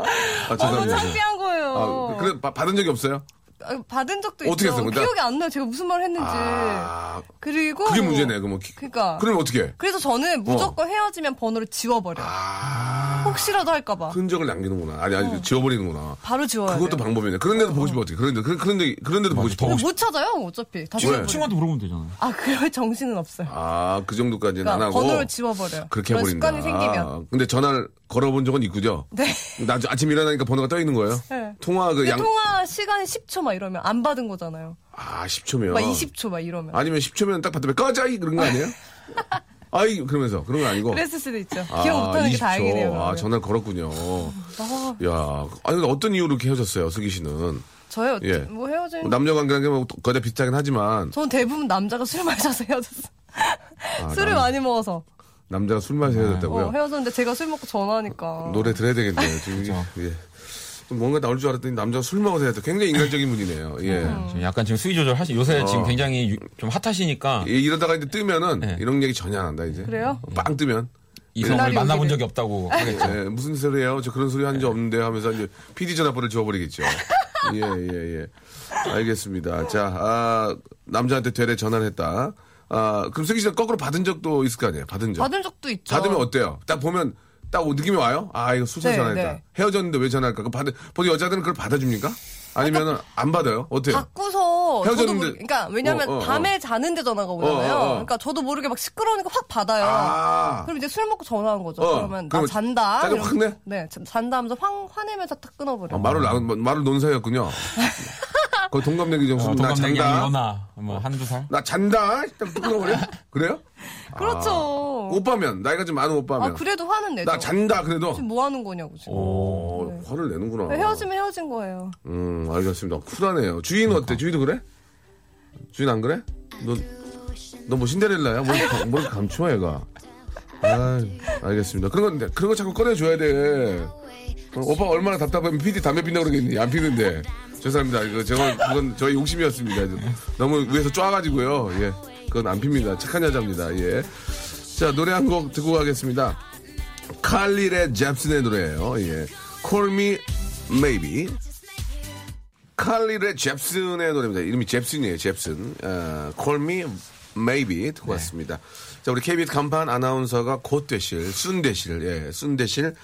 E: 너무
C: 죄송합니다.
E: 창피한 거예요.
C: 아, 그래 바- 받은 적이 없어요?
E: 아, 받은 적도
C: 어떻게
E: 있죠.
C: 했어요, 근데?
E: 기억이 안 나요. 제가 무슨 말 했는지.
C: 아,
E: 그리고
C: 그게 문제네. 그럼 뭐 기-
E: 네. 그러니까.
C: 그럼 어떻게? 해?
E: 그래서 저는 무조건 헤어지면 번호를 지워버려. 요
C: 아,
E: 혹시라도 할까봐
C: 흔적을 남기는구나. 아니
E: 어.
C: 아니 지워버리는구나.
E: 바로 지워야
C: 그것도
E: 돼요.
C: 방법이네. 그런데도 보고 싶어 어떻게? 그런데 그런- 그런데 그런데도 보고 싶어.
D: 더
E: 못 찾아요 어차피 다시
C: 왜?
E: 지워버려요.
D: 친구한테 물어보면 되잖아요.
E: 아 그럴 정신은 없어요.
C: 아, 그 정도까지는
E: 그러니까
C: 안 하고.
E: 번호를 지워버려요.
C: 그렇게
E: 그런
C: 해버린다.
E: 습관이 생기면.
C: 아, 근데 전화를 걸어본 적은 있구죠.
E: 네.
C: 나 아침 일어나니까 번호가 떠 있는 거예요.
E: 네.
C: 통화 그
E: 근데
C: 양.
E: 통화 시간이 10초 막 이러면 안 받은 거잖아요.
C: 아, 10초면.
E: 막 20초 막 이러면
C: 아니면 10초면 딱 봤더니 꺼져 이 그런 거
E: (laughs)
C: 아니에요? 아이 그러면서 그런 거 아니고.
E: 그랬을 수도 있죠.
C: 아,
E: 기억 못하는 게
C: 20초.
E: 다행이네요.
C: 아
E: 아, 그러면.
C: 전화 걸었군요. 야, 아니 근데 어떤 이유로 이렇게 헤어졌어요, 슬기 씨는?
E: 저요
C: 예.
E: 뭐 헤어진
C: 남녀 관계라는 게뭐 거의 다 비슷하긴 하지만
E: 전 대부분 남자가 술 마셔서 헤어졌어. (laughs) 술을
C: 남-
E: 많이 먹어서
C: 남자가 술 마셔 헤어졌다고요. 그,
E: 어, 헤어졌는데 제가 술 먹고 전화하니까
C: 노래 들어야 되겠네요. 지금 예. 좀 뭔가 나올 줄 알았더니 남자가 술 먹어서 헤어졌다. 굉장히 인간적인 분이네요. 예.
D: 지금 약간 지금 수위 조절 하시 요새 지금 굉장히 유- 좀 핫하시니까
C: 어. 예, 이러다가 이제 뜨면은 이런 얘기 전혀 안 한다 이제.
E: 그래요?
C: 어, 빵 뜨면.
D: 이성을
E: 그날이
D: 만나본
E: 오기를.
D: 적이 없다고 하겠죠.
C: 예, 무슨 소리예요? 저 그런 소리 한 적 없는데 하면서 이제 PD 전화번호를 지워버리겠죠. 예, 예, 예. 알겠습니다. 자, 아, 남자한테 되레 전화를 했다. 아, 그럼 슬기 씨는 거꾸로 받은 적도 있을 거 아니에요? 받은 적.
E: 받은 적도 있죠.
C: 그, 받으면 어때요? 딱 보면 딱 느낌이 와요? 아, 이거 수사
E: 네,
C: 전화했다.
E: 네.
C: 헤어졌는데 왜 전화할까? 그 받은, 보통 여자들은 그걸 받아줍니까? 아니면은 안 받아요? 어때요?
E: 바꾸서 저도
C: 헤어졌는데-
E: 모르, 그러니까 왜냐면
C: 어, 어, 어.
E: 밤에 자는데 전화가 오잖아요.
C: 어, 어, 어.
E: 그러니까 저도 모르게 막 시끄러우니까 확 받아요.
C: 아.
E: 그럼 이제 술 먹고 전화한 거죠.
C: 어,
E: 그러면 나
C: 그러면
E: 잔다.
C: 짜증 확 내?
E: 네, 자- 잔다 하면서 황, 화내면서 탁 끊어버려.
C: 아,
E: 요
C: 말을, 나- 말을 논 사이였군요. 그 동갑내기 좀
D: 어,
C: 수준 나
D: 동갑내기
C: 잔다.
D: 연하 뭐 한두 살.
C: 나 잔다. 딱 끊어버려? 그래요?
E: 그렇죠.
C: 오빠면 나이가 좀 많은 오빠면
E: 아 그래도 화는 내죠.
C: 아, 나 잔다 어. 그래도
E: 지금 뭐 하는 거냐고 지금.
C: 오, 화를 내는구나
E: 네. 헤어지면 헤어진 거예요.
C: 음 알겠습니다 쿨하네요 주인 어때 주인도 그래 주인 안 그래 너 너 뭐 신데렐라야 뭘, 가- 뭘 감추어 얘가 아 알겠습니다 그런 건데 그런 거 자꾸 꺼내줘야 돼 어, 오빠 얼마나 답답하면 PD 담배 핀다 그러겠니 안 피는데 죄송합니다. 이거 제가 그건 저의 욕심이었습니다. 너무 위에서 쪼아가지고요. 예, 그건 안 핍니다. 착한 여자입니다. 예. 자 노래 한 곡 듣고 가겠습니다. 칼릴의 잽슨의 노래예요. 예. Call Me Maybe. 칼릴의 잽슨의 노래입니다. 이름이 잽슨이에요. 잽슨. 아, Call Me Maybe 듣고 왔습니다. 자 우리 KBS 간판 아나운서가 곧 되실 순 되실 예, 순 되실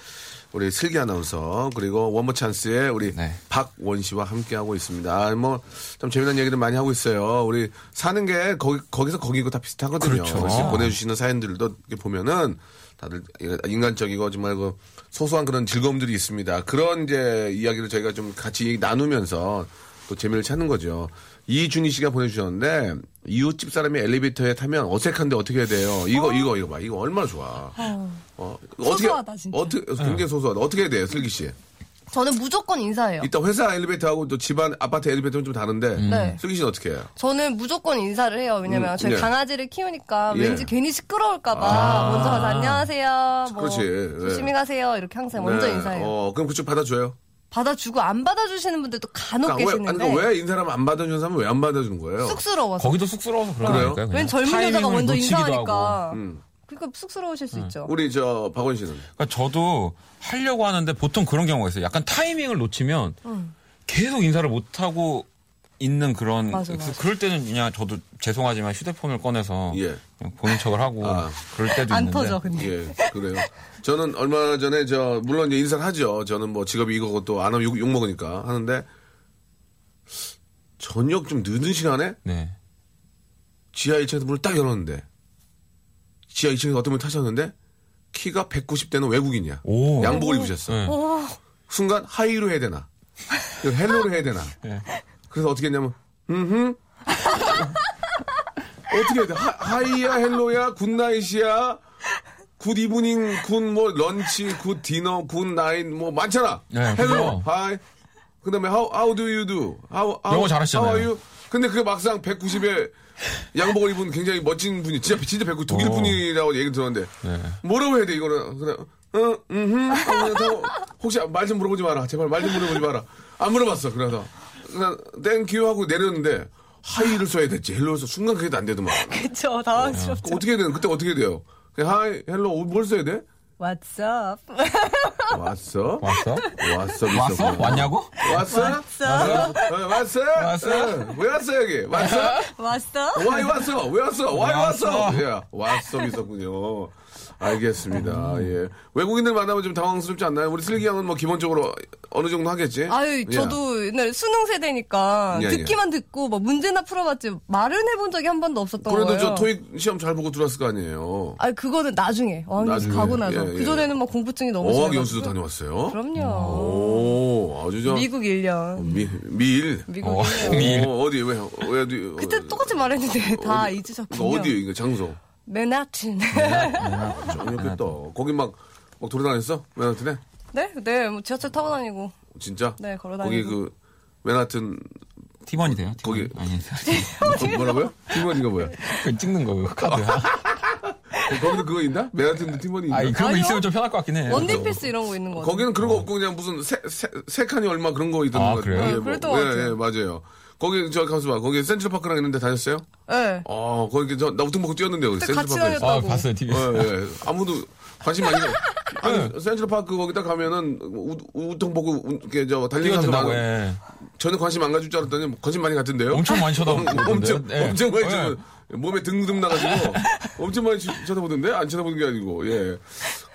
C: 우리 슬기 아나운서 그리고 원모 찬스의 우리
D: 네.
C: 박원 씨와 함께 하고 있습니다. 아, 뭐참 재미난 얘기를 많이 하고 있어요. 우리 사는 게 거기 거기서 거기고 다 비슷하거든요.
D: 그렇죠.
C: 그래서 보내주시는 사연들도 이렇게 보면은 다들 인간적이고 정말 그 소소한 그런 즐거움들이 있습니다. 그런 이제 이야기를 저희가 좀 같이 나누면서 또 재미를 찾는 거죠. 이준희 씨가 보내주셨는데 이웃집 사람이 엘리베이터에 타면 어색한데 어떻게 해야 돼요? 이거 이거 이거 봐 이거 얼마나 좋아. 어,
E: 소소하다, 진짜. 네.
C: 어떻게 굉장히 소소하다. 어떻게 해야 돼요, 슬기 씨?
E: 저는 무조건 인사해요.
C: 이따 회사 엘리베이터하고 또 집안 아파트 엘리베이터는 좀 다른데
E: 네.
C: 슬기 씨는 어떻게 해요?
E: 저는 무조건 인사를 해요. 왜냐면
C: 음,
E: 저희
C: 예.
E: 강아지를 키우니까
C: 예. 아.
E: 왠지 괜히 시끄러울까봐 먼저 가서 안녕하세요. 뭐
C: 그렇지, 예.
E: 조심히 가세요. 이렇게 항상 먼저
C: 네.
E: 인사해요.
C: 어, 그럼 그쪽 받아줘요.
E: 받아주고 안 받아주시는 분들도 간혹
C: 그러니까 왜, 아니,
E: 계시는데
C: 그러니까 왜 인사를 안 받아주는 사람은 왜 안 받아주는 거예요?
E: 쑥스러워서.
D: 거기도 쑥스러워서 그런
C: 그래요?
D: 거니까요.
E: 왠 젊은 여자가 먼저 인사하니까.
C: 음.
E: 그러니까 쑥스러우실 수 있죠.
C: 우리 저 박원 씨는
D: 그러니까 저도 하려고 하는데 보통 그런 경우가 있어요. 약간 타이밍을 놓치면 계속 인사를 못 하고 있는 그런
E: 맞아, 맞아.
D: 그래서 그럴 때는 그냥 저도 죄송하지만 휴대폰을 꺼내서
C: 예.
D: 그냥 보는 척을 하고
C: 아.
D: 그럴 때도
E: 안
D: 있는데
E: 터져 근데.
C: 예 그래요. 저는 얼마 전에 저 물론 이제 인사를 하죠. 저는 뭐 직업이 이거고 또 안 하면 욕, 욕 먹으니까 하는데 저녁 좀 늦은 시간에
D: 네.
C: 지하 1층에서 문을 딱 열었는데 지하 2층에서 어떤 분이 타셨는데 키가 190대는 외국인이야.
D: 오.
C: 양복을 입으셨어.
D: 네.
C: 순간 하이로 해야 되나? 이거 헬로로 해야 되나?
D: 네.
C: 그래서 어떻게 했냐면, 음흠. 어떻게 해야 돼? 하, 하이야, 헬로야, 굿나잇이야, 굿 이브닝, 굿 뭐, 런치, 굿 디너, 굿 나잇, 뭐, 많잖아.
D: 네,
C: 헬로,
D: 그죠.
C: 하이. 그 다음에, how, how do you do? How, how,
D: 영어 잘하시잖아요.
C: How are you? 근데 그게 막상 190에 양복을 입은 굉장히 멋진 분이, 진짜, 진짜 190, 독일
D: 오.
C: 분이라고 얘기 들었는데,
D: 어. 네.
C: 뭐라고 해야 돼 이거는 그냥 응 음흠 어, 그냥 타고 혹시 말 좀 물어보지 마라 제발 말 좀 물어보지 마라 안 물어봤어 그래서 그냥 땡큐 하고 내렸는데 하이를 써야 됐지 헬로에서 순간 그게 안 되더만
E: 그쵸 당황스럽죠.
C: 어떻게 해야 되는 그때 어떻게 해야 돼요 그냥 하이 헬로 어, 뭘 써야 돼
E: What's up?
C: 왔어
D: 왔어?
C: 왔어
D: 왔어?
C: 미쳤구나.
D: 왔냐고?
C: 왔어 어, 왔어
D: 왔어?
C: 어, 왜 왔어 여기 왔어
E: 왔어?
C: 와이 왔어? 왜 왔어? 와이
D: 왔어?
C: 왔어? 예, 왔어 있었군요. 알겠습니다. 예. 외국인들 만나면 좀 당황스럽지 않나요? 우리 슬기 양은 뭐 기본적으로 어느 정도 하겠지?
E: 아유
C: 예.
E: 저도 옛날에 수능 세대니까
C: 예, 예.
E: 듣기만 듣고 막 문제나 풀어봤지 말은 해본 적이 한 번도 없었던
C: 그래도
E: 거예요.
C: 저 토익 시험 잘 보고 들어왔을 거 아니에요.
E: 아 그거는 나중에 어학연수
C: 나중에.
E: 가고 나서
C: 예, 예.
E: 그 전에는 막 공부증이 너무
C: 어학
E: 심해가지고.
C: 연수도 다녀왔어요.
E: 그럼요.
C: 오, 아주 저
E: 미국 1년.
C: 미, 미일.
E: 미국
D: 어,
E: 1년.
D: 미일.
C: 어, 어디 왜 왜, 어디
E: 그때 똑같이 말했는데 다 잊으셨군요.
C: 어디 네. 이거 장소?
E: 맨하튼.
C: 정력했다. 거기 막, 막 돌아다녔어? 맨하튼에?
E: (laughs) 네? 네, 뭐 지하철 타고 다니고.
C: 진짜?
E: 네, 걸어
C: 거기
E: 다니고.
C: 그 맨하튼
D: 팀원이 돼요? 팀원?
C: 거기-
D: 아니
E: (laughs)
C: 뭐라고요? 팀원이가 뭐야?
D: 그 찍는 거 그거 카드야.
C: 아, 거기도 그거 있나? 맨하튼도 팀원이 있나?
D: 아니 그런 거
E: 아니요.
D: 있으면 좀 편할 것 같긴 해.
E: 원디피스 이런 거 있는 거. 같아요.
C: 네, 거기는 그런 거 없고 그냥 무슨 세, 세, 세 칸이 얼마 그런 거 있던
D: 어. 아,
C: 거
D: 그래요?
E: 네, 그랬던 것
C: 예, 예,
E: 같아요.
C: 맞아요. 거기 저 가서 봐. 거기 센트럴파크랑 있는데 다녔어요?
E: 네.
C: 어, 거기 저, 나 우퉁 먹고 뛰었는데 거기
E: 그때 같이
C: 센트럴파크에서.
D: 아
E: 있다고.
D: 봤어요 TV.
C: 예, 예. 아무도 관심 많이
D: (laughs)
C: 가. 아니, 센트럴파크 거기 딱 가면은 우, 우통 보고 우- 이렇게 저 달리는 사람
D: 뛰어든다고 예.
C: 많은-
D: 해.
C: 저는 관심 안 가질 줄 알았더니 뭐 관심 많이 갔던데요.
D: 엄청 많이 쳐다보던데요?
C: 엄청
D: 예.
C: 엄청 많이
D: 예.
C: 쳐다 몸에 등등 나가지고 엄청 많이 치- 쳐다보던데 안 쳐다보는 게 아니고 예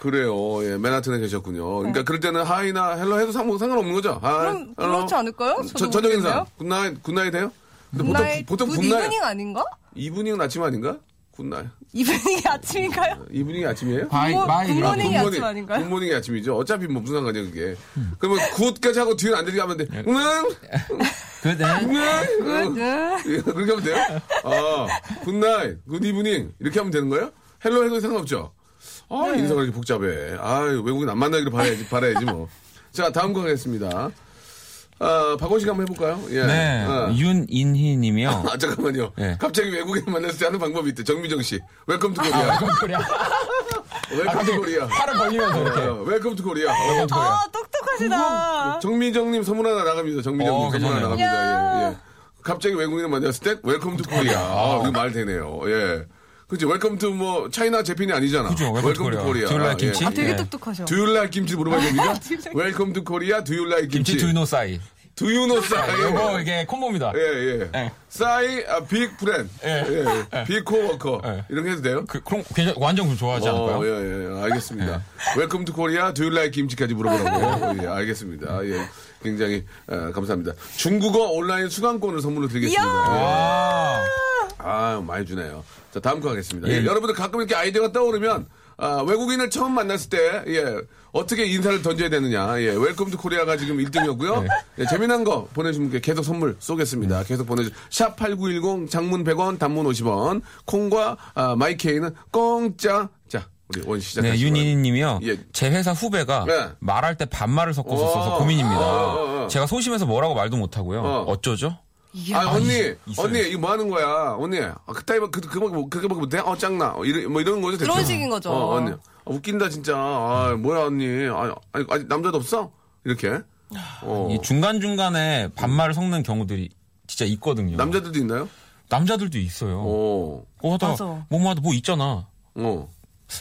C: 그래요 예 맨하튼에 계셨군요. 그러니까 그럴 때는 하이나 헬로 해도 상관 상관없는 거죠. 하이,
E: 그럼 그렇지 않을까요? 저도
C: 어. 저, 저녁 인사
E: 모르겠네요.
C: 굿나잇 굿나잇 해요? 근데
E: 굿나잇,
C: 보통
E: 굿
C: 보통 굿나잇
E: 이브닝 아닌가?
C: 이브닝 아침 아닌가? 굿나잇
E: 이브닝이 (laughs) 아침인가요?
C: 이브닝이 아침이에요?
D: 바이
E: 뭐,
D: 바이.
E: 굿모닝. 굿모닝이
C: 아,
E: 아침 아닌가요?
C: 굿모닝이 아침이죠. 어차피 뭐 무슨 상관이야 그게. 그러면 굿까지 하고 뒤는 안 들리게 하면 돼.
D: 네.
C: 응,
D: 그래.
C: 네. 응, 응. 예, 그렇게 하면 돼요? 아, 굿나잇, 굿이브닝 이렇게 하면 되는 거예요? 헬로 해도 상관없죠? 아, 인사가 이렇게 복잡해. 아, 외국인 안 만나기를 바라야지, 바라야지 뭐. 자, 다음 거 가겠습니다. 아, 박원 씨가 한번 해볼까요? 예.
D: 네.
C: 아.
D: 윤인희님이요.
C: 아, 잠깐만요.
D: 예.
C: 갑자기 외국인 만났을 때 하는 방법이 있대. 정미정 씨. 웰컴 투 코리아.
D: 그래.
C: 웰컴 투 코리아.
D: 팔을 벌리면서 이렇게.
C: 어, 웰컴 투 코리아.
E: 아, 똑똑 똑똑하시다.
C: 정미정님 소문 하나 나갑니다. 정미정님
D: 어,
C: 소문 하나
D: 괜찮아요.
C: 나갑니다. 예,
E: 야.
C: 예. 갑자기 외국인을 만났을 때 웰컴 투 코리아. 아, 이거 말 되네요. 예. 그치 웰컴 투 뭐 차이나 재팬이 아니잖아.
D: 그죠, 웰컴 투 코리아. Do you like 김치?
E: 아, 되게
D: 예.
E: 똑똑하셔.
C: 두율라이 김치 물어봐야 됩니까?
E: Do you like-
C: 웰컴 투 코리아 두율라이
D: 김치
C: 김치.
D: 두유노 싸이.
C: 두유노 싸이.
D: 아, 이거 이게 콤보입니다.
C: 예, 예.
D: 예.
C: 싸이, 아, 빅 프렌.
D: 예.
C: 예. 빅 코워커.
D: 예.
C: 이런 게 해도 돼요?
D: 그, 그럼 굉장히 완전 좀 좋아하지 않을까요? 네.
C: 어, 예, 예, 알겠습니다. 웰컴 투 코리아 두일라이 김치까지
D: (laughs)
C: 물어보라고. 예, 알겠습니다. 예, 굉장히 어, 감사합니다. 중국어 온라인 수강권을 선물로 드리겠습니다. 예.
D: 아,
C: 아, 많이 주네요. 자, 다음 거 하겠습니다.
D: 예.
C: 예, 여러분들 가끔 이렇게 아이디어가 떠오르면 아, 외국인을 처음 만났을 때 예, 어떻게 인사를 던져야 되느냐. 예, 웰컴 투 코리아가 지금
D: 네.
C: 1등이었고요. 예, 재미난 거 보내주면 이렇게 계속 선물 쏘겠습니다. 계속 보내주. 샵8910 장문 100원, 단문 50원. 콩과 아, 마이케이는 공짜. 자, 우리 원 시작하시죠.
D: 네, 윤희니 님이요.
C: 예.
D: 제 회사 후배가
C: 네.
D: 말할 때 반말을 섞어서 써서
C: 어.
D: 고민입니다.
C: 어, 어, 어.
D: 제가 소심해서 뭐라고 말도 못하고요.
C: 어.
D: 어쩌죠?
C: 아, 언니,
D: 있- 있어요.
C: 언니, 이거 뭐 하는 거야? 언니, 아, 그따위만, 그, 그, 그, 그거밖에 못해? 어, 짱나. 어, 이런, 뭐 이런 거죠, 대충.
E: 그런 식인 거죠.
C: 어, 언니. 아, 웃긴다, 진짜. 아, 뭐야, 언니. 아, 아니, 아니, 남자도 없어? 이렇게. 어.
D: 이 중간중간에 반말을 섞는 경우들이 진짜 있거든요.
C: 남자들도 있나요?
D: 들도 있어요.
C: 어,
D: 어, 나
E: 맞아.
D: 뭐뭐하다 뭐 있잖아.
C: 어.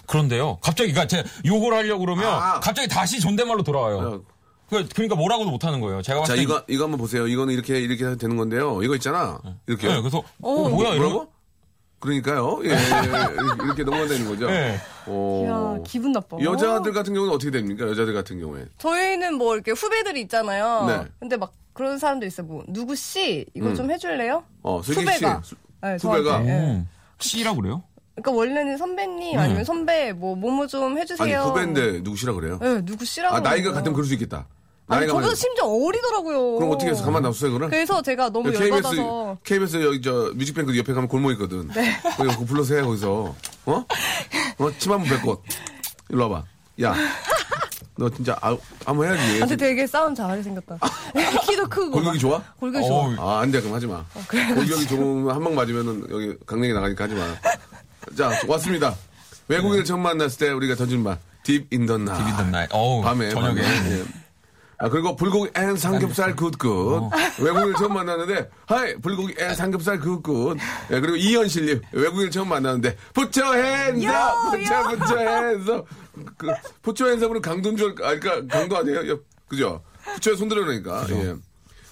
D: 그런데요. 갑자기 그러니까 제 욕을 하려고 그러면
C: 아.
D: 갑자기 다시 존댓말로 돌아와요.
C: 야.
D: 그- 그러니까 뭐라고도 못하는 거예요.
C: 자,
D: 제가 봤을 때
C: 이거, 이거 한번 보세요. 이거는 이렇게, 이렇게 해도 되는 건데요. 이거 있잖아. 이렇게.
D: 네, 그래서 어, 뭐야 이런 거?
C: 뭐라고? 그러니까요. 예, 예, 예. 이렇게 넘어가는 거죠.
D: 예.
C: 어.
E: 야, 기분 나빠.
C: 여자들 같은 경우는 어떻게 됩니까? 여자들 같은 경우에.
E: 저희는 뭐 이렇게 후배들이 있잖아요.
C: 네. 음.
E: 근데 막 그런 사람도 있어요. 뭐 누구 씨 이거 좀 해줄래요?
C: 어, 슬기 씨.
E: 후배가.
C: 수-
E: 네,
C: 후배가.
E: 저한테, 예.
D: 음. 씨라고 그래요?
E: 그러니까 원래는 선배님 아니면 선배 뭐 뭐뭐 좀
C: 음. 아니,
E: 해주세요.
C: 후배인데 누구시라 그래요?
E: 예, 누구 씨라고.
C: 아, 나이가
E: 그러고.
C: 같으면 그럴 수 있겠다.
E: 아니,
C: 나이가
E: 저보다
C: 많이-
E: 심지어 어리더라고요.
C: 그럼 어떻게 해서 가만 놔두세요, 그럼?
E: 그래서 제가 너무
C: KBS,
E: 열받아서
C: KBS 여기 저 뮤직뱅크 옆에 가면 골목 있거든.
E: 네.
C: 거기 그거 불러서 해, 거기서. 어? 어, 침 한번 뱉고. 일로 와봐. 야. 너 진짜, 아, 한번 해야지.
E: 나한테 되게 싸움
C: (laughs)
E: 잘하게 생겼다. (laughs) 키도 크고.
C: 골격이
E: 막-
C: 좋아?
E: 골격이 좋아.
D: 어우,
C: 아, 안 돼, 그럼 하지 마. 골격이 좋으면 한 방 맞으면은 여기 강냉이 나가니까 하지 마. 자, 왔습니다. 외국인을 처음 만났을 때 우리가 던진 말. 딥 인던나.
D: 비빈 던 날. 어우,
C: 아, 밤에
D: 저녁에. 아,
C: 밤에, 예. 아 그리고 불고기 앤 삼겹살 굿굿
D: 어.
C: 외국인 처음 만났는데 하이 불고기 앤 삼겹살 굿굿 예, 그리고 이현실님 외국인 처음 만났는데 부처 핸서 부처 부처 핸서 그 부처 핸서는 강도인 줄 알- 아, 그러니까 강도 아니에요 예, 그죠 부처에 손 들어놓으니까 예.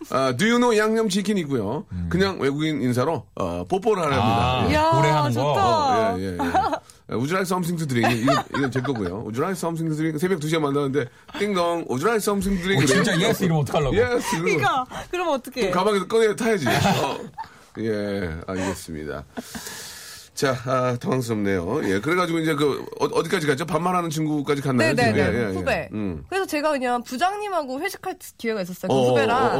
C: 아, 뉴노 양념치킨 있고요. 그냥 외국인 인사로 어, 뽀뽀를 하랍니다.
D: 아,
C: 예.
E: 야,
D: 고래하는 거.
E: 좋다.
C: 예, 예, 예. 우주라이 썸씽 투 드링 이건, 이건 제 거고요. 우주라이 썸씽 투 드링 새벽 2시에 만나는데 띵동 우주라이 썸씽 투 드링
D: 어, 진짜 예스 이러면 어떡하려고.
C: 예스 이러면
E: 그러니까 그럼 어떻게?
C: 가방에서 꺼내 타야지. 어. 예, 알겠습니다. 자, 아, 당황스럽네요. 예, 그래가지고 이제 그 어, 디까지 갔죠? 반말하는 친구까지 갔나요?
E: 네네네
C: 지금? 예, 예, 예.
E: 후배.
C: 음.
E: 그래서 제가 그냥 부장님하고 회식할 기회가 있었어요. 그
C: 어,
E: 후배랑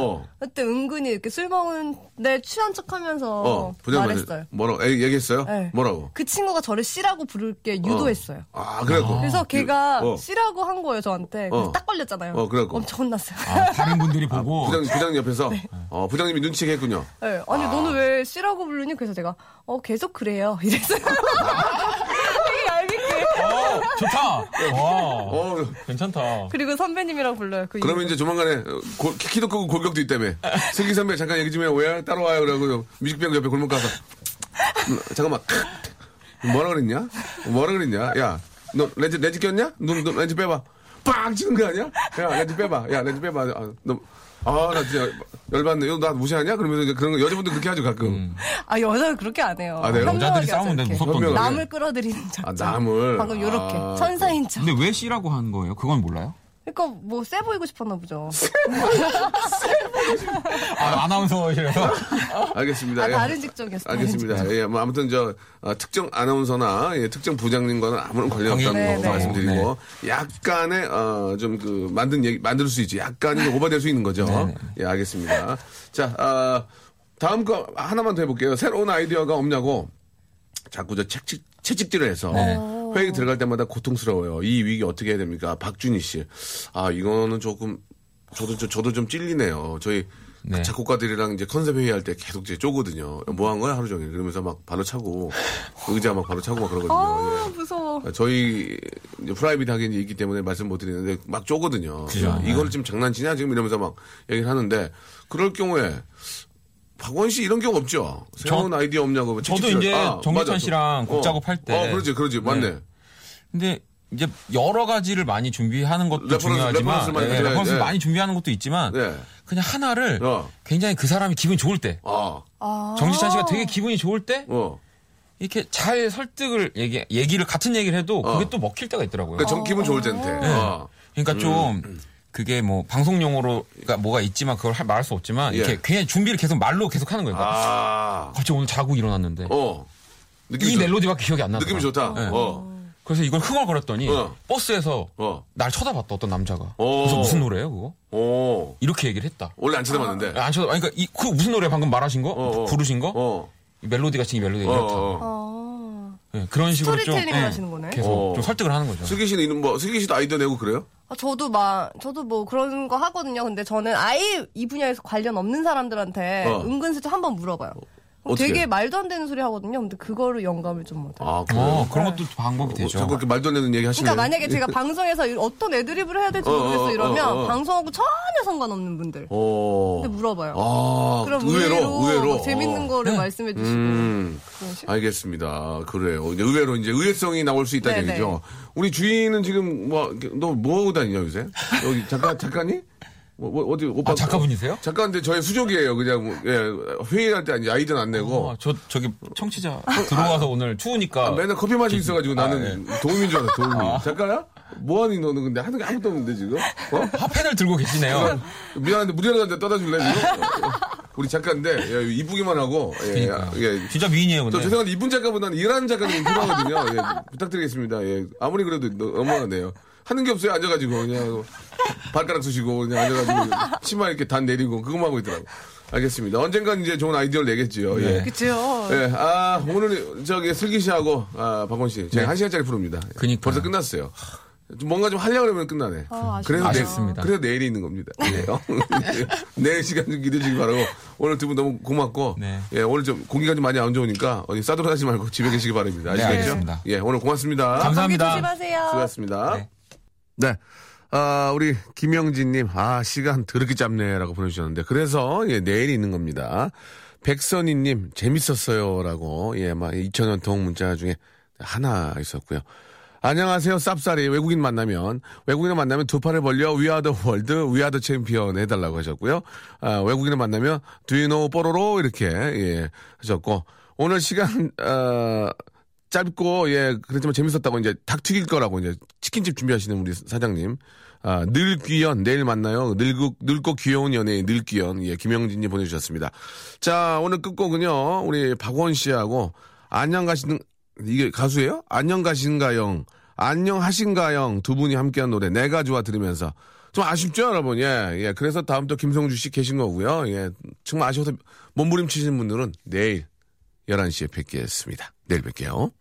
C: 어, 어, 어.
E: 그때 은근히 이렇게 술 먹는데 취한 척하면서
C: 어, 부장
E: 말했어요.
C: 뭐라고? 에, 얘기했어요?
E: 네.
C: 뭐라고?
E: 그 친구가 저를 씨라고 부를 게 유도했어요.
C: 아, 그래갖고.
E: 그래서 걔가
C: 어.
E: 씨라고 한 거예요 저한테. 그래서
C: 어.
E: 딱 걸렸잖아요.
C: 어, 그래갖고.
E: 엄청 혼났어요.
D: 아, 다른 분들이 보고
C: 부장, 부장님 옆에서 어, 부장님이 눈치게 했군요.
E: (laughs) 네, 아니 너는 왜 씨라고 부르니? 그래서 제가 어 계속 그래요. (laughs) 이랬어요. 되게 얄밉게.
D: 어, 좋다. 와.
C: 어,
D: 괜찮다.
E: 그리고 선배님이라고 불러요. 그
C: 그러면
E: 이후로.
C: 이제 조만간에 골- 키도 크고 골격도 있다며. 슬기 선배 잠깐 얘기 좀 해. 왜 따로 와요? 그러고 뮤직뱅크 옆에 골목 가서 음, 잠깐만. 뭐라 그랬냐? 뭐라 그랬냐? 야, 너 렌즈 렌즈 꼈냐? 눈, 눈 렌즈 빼봐. 빵 치는 거 아니야? 야, 렌즈 빼봐. 야, 렌즈 빼봐. 아, 너, 아, 나 진짜 열받네. 이거 나 무시하냐? 그러면서 이제 그런 거 여자분들 그렇게 하죠 가끔.
E: 아 여자는 그렇게 안 해요.
C: 안 해요?
E: 현명하게
D: 여자들이
E: 하죠,
D: 싸우면
E: 이렇게.
D: 무섭던데.
C: 현명하게.
E: 남을 끌어들이는 척.
C: 네. 아, 남을.
E: 방금 요렇게
C: 아,
E: 천사인 척.
D: 근데 왜 씨라고 한 거예요? 그건 몰라요?
E: 그러니까 뭐 세 보이고 싶었나 보죠.
C: (laughs)
D: 아, 아나운서실에서
C: 알겠습니다.
E: 아
C: 예.
E: 다른 직종이었어요.
C: 알겠습니다. 예, 뭐 아무튼 저 아, 특정 아나운서나 예, 특정 부장님과는 아무런 관련 없다는 거
D: 당연히
E: 네,
C: 말씀드리고 약간의 어, 좀그 만든 얘기 만들 수 있지 약간이 오버될 수 있는 거죠. 예, 알겠습니다. 자, 아, 다음 거 하나만 더 해볼게요. 새로운 아이디어가 없냐고 자꾸 저 채찍, 채찍질을 해서 회의 들어갈 때마다 고통스러워요. 이 위기 어떻게 해야 됩니까? 박준희 씨. 아, 이거는 조금 저도 좀, 저도 좀 찔리네요. 저희
D: 네.
C: 작곡가들이랑 이제 컨셉 회의할 때 계속 이제 쪼거든요. 뭐 한 거야 하루 종일 그러면서 막 바로 차고 의자 막 바로 차고 막 그러거든요.
E: 아, 무서워.
C: 예. 저희 이제 프라이빗하게 이제 있기 때문에 말씀 못 드리는데 막 쪼거든요. 음.
D: 그죠. 네.
C: 이걸 지금 장난치냐 지금 이러면서 막 얘기를 하는데 그럴 경우에 박원 씨 이런 경우 없죠. 새로운 아이디어 없냐고.
D: 저도
C: 칙칙-
D: 이제 정기찬
C: 맞아.
D: 씨랑 곡
C: 어.
D: 작업할 때.
C: 어, 그렇지, 그렇지, 맞네.
D: 네. 근데 이제 여러 가지를 많이 준비하는 것도
C: 레퍼런스, 레퍼런스를
D: 중요하지만 네,
C: 많이 가져가야
D: 레퍼런스
C: 돼.
D: 많이 준비하는 것도 있지만
C: 네.
D: 그냥 하나를
C: 어.
D: 굉장히 그 사람이 기분 좋을 때
C: 아,
E: 아.
D: 정지찬 씨가 되게 기분이 좋을 때
C: 어.
D: 이렇게 잘 설득을 얘기 얘기를 같은 얘기를 해도
C: 어.
D: 그게 또 먹힐 때가 있더라고요.
C: 그러니까 정 기분 좋을 텐데. 어.
D: 그러니까 좀 그게 뭐 방송용으로 그러니까 뭐가 있지만 그걸 할- 말할 수 없지만
C: 예.
D: 이렇게 그냥 준비를 계속 말로 계속 하는 거예요. 그러니까
C: 아,
D: 갑자기 오늘 자고 일어났는데
C: 어.
D: 이 네.
C: 느낌이 좋-
D: 멜로디밖에 기억이 안 나.
C: 느낌이 좋다. 어,
D: 그래서 이걸 흥얼거렸더니
C: 어.
D: 버스에서
C: 어.
D: 날 쳐다봤다 어떤 남자가.
C: 어.
D: 그래서 무슨 노래예요 그거?
C: 어.
D: 이렇게 얘기를 했다.
C: 원래 안 쳐다봤는데.
D: 안 쳐다. 아니, 그러니까 이, 그 무슨 노래 방금 말하신 거,
C: 어, 어.
D: 부르신 거,
C: 어.
D: 이 멜로디 같은 이 멜로디
C: 어,
D: 이렇다.
C: 어.
E: 아.
D: 예, 그런 식으로 좀
E: 스토리텔링을
D: 예,
E: 하시는 거네.
D: 계속
C: 어.
D: 좀 설득을 하는 거죠.
C: 슬기 씨는 이런 뭐, 슬기 씨도 아이디어 내고 그래요?
E: 아, 저도 막, 저도 뭐 그런 거 하거든요. 근데 저는 아예 이 분야에서 관련 없는 사람들한테
C: 어.
E: 은근슬쩍 한번 물어봐요. 그럼
C: 어떻게?
E: 되게 말도 안 되는 소리 하거든요. 근데 그거를 영감을 좀 얻어요.
C: 아, 그래요?
D: 어, 그런 것도 방법이
C: 뭐,
D: 되죠.
C: 자꾸 이렇게 말도 안 되는 얘기 하시는
E: 그러니까 만약에 제가 방송에서 이- 어떤 애드립을 해야 될지
C: 어,
E: 모르겠어
C: 어,
E: 이러면
C: 어, 어.
E: 방송하고 전혀 상관없는 분들.
C: 어.
E: 근데 물어봐요.
C: 아,
E: 그럼
C: 의외로,
E: 의외로,
C: 의외로.
E: 막 재밌는
C: 어.
E: 거를 말씀해 주시고.
C: 음.
E: 그런 식으로.
C: 알겠습니다. 그래요. 이제 의외로 이제 의외성이 나올 수 있다는
E: 네네.
C: 얘기죠. 우리 주인은 지금 뭐너뭐 하고 다니냐 요새? 여기 작가 작가니? 뭐, 뭐, 어디 오빠
D: 아, 작가분이세요?
C: 작가인데 저의 수족이에요. 그냥 뭐, 예, 회의할 때 아니 아이디어 안 내고
D: 어, 저 저기 청취자 들어와서 오늘 추우니까
C: 아, 맨날 커피 마시고 있어가지고
D: 아,
C: 나는 도움인 줄 알았어. 도움이 작가야? 뭐하니 너는 근데 하는 게 아무것도 없는데 지금? 어?
D: 핫팬을 들고 계시네요.
C: 미안한데 무리하는데 떠다 줄래 지금? 어, 우리 작가인데 예, 이쁘기만 하고 예,
D: 그러니까 네.
C: 예,
D: 진짜 미인이에요,
C: 저
D: 근데.
C: 죄송한데 이분 작가보다는 일하는 작가가 좀 필요하거든요. 예, 부탁드리겠습니다. 예, 아무리 그래도 너- 너무하네요. 하는 게 없어요. 앉아가지고 그냥 발가락 쑤시고 그냥 앉아가지고 치마 이렇게 단 내리고 그것만 하고 있더라고. 알겠습니다. 언젠간 이제 좋은 아이디어를 내겠지요.
D: 네.
C: 예.
E: 그죠?
C: 예, 아 오늘 저기 슬기 씨하고 아, 박원 씨 제가 한 시간짜리 프로입니다. 예,
D: 네. 그니까요.
C: 벌써 끝났어요. 좀 뭔가 좀 하려고 그러면 끝나네.
E: 아,
C: 그래서 내,
D: 아쉽습니다. 네.
C: 그래서 내일이 있는 겁니다. 예. (laughs) 내일 시간 좀 기대해 주기 바라고 오늘 두 분 너무 고맙고
D: 네.
C: 예, 오늘 좀 공기가 좀 많이 안 좋으니까 어디 싸돌아다니지 말고 집에 계시기 바랍니다.
D: 네,
C: 아시겠죠?
D: 알겠습니다.
C: 예, 오늘 고맙습니다.
E: 감기
D: 감사합니다.
E: 조심하세요.
C: 수고하셨습니다. 네.
D: 네.
C: 아, 우리 김영진님, 아, 시간 더럽게 짧네라고 보내주셨는데, 그래서, 예, 내일이 있는 겁니다. 백선희님, 재밌었어요. 라고, 예, 막 2000년통 문자 중에 하나 있었고요. 안녕하세요, 쌉싸리. 외국인 만나면, 외국인을 만나면 두 팔을 벌려 위아더 월드, 위아더 챔피언 해달라고 하셨고요. 아, 외국인을 만나면, 두이노 뽀로로, 이렇게, 예, 하셨고, 오늘 시간, 어, 짧고 예 그렇지만 재밌었다고 이제 닭 튀길 거라고 이제 치킨집 준비하시는 우리 사장님 아늘 귀연 내일 만나요 늙고 늙고 귀여운 연예인 늘 귀연 예 김영진님 보내주셨습니다 자 오늘 끝곡은요 우리 박원 씨하고 안녕 가시는 이게 가수예요 안녕 가신가영 안녕 하신가영 두 분이 함께한 노래 내가 좋아 들으면서 좀 아쉽죠 여러분 예 예 그래서 다음 또 김성주 씨 계신 거고요 예 정말 아쉬워서 몸부림치시는 분들은 내일 11시에 뵙겠습니다 내일 뵐게요.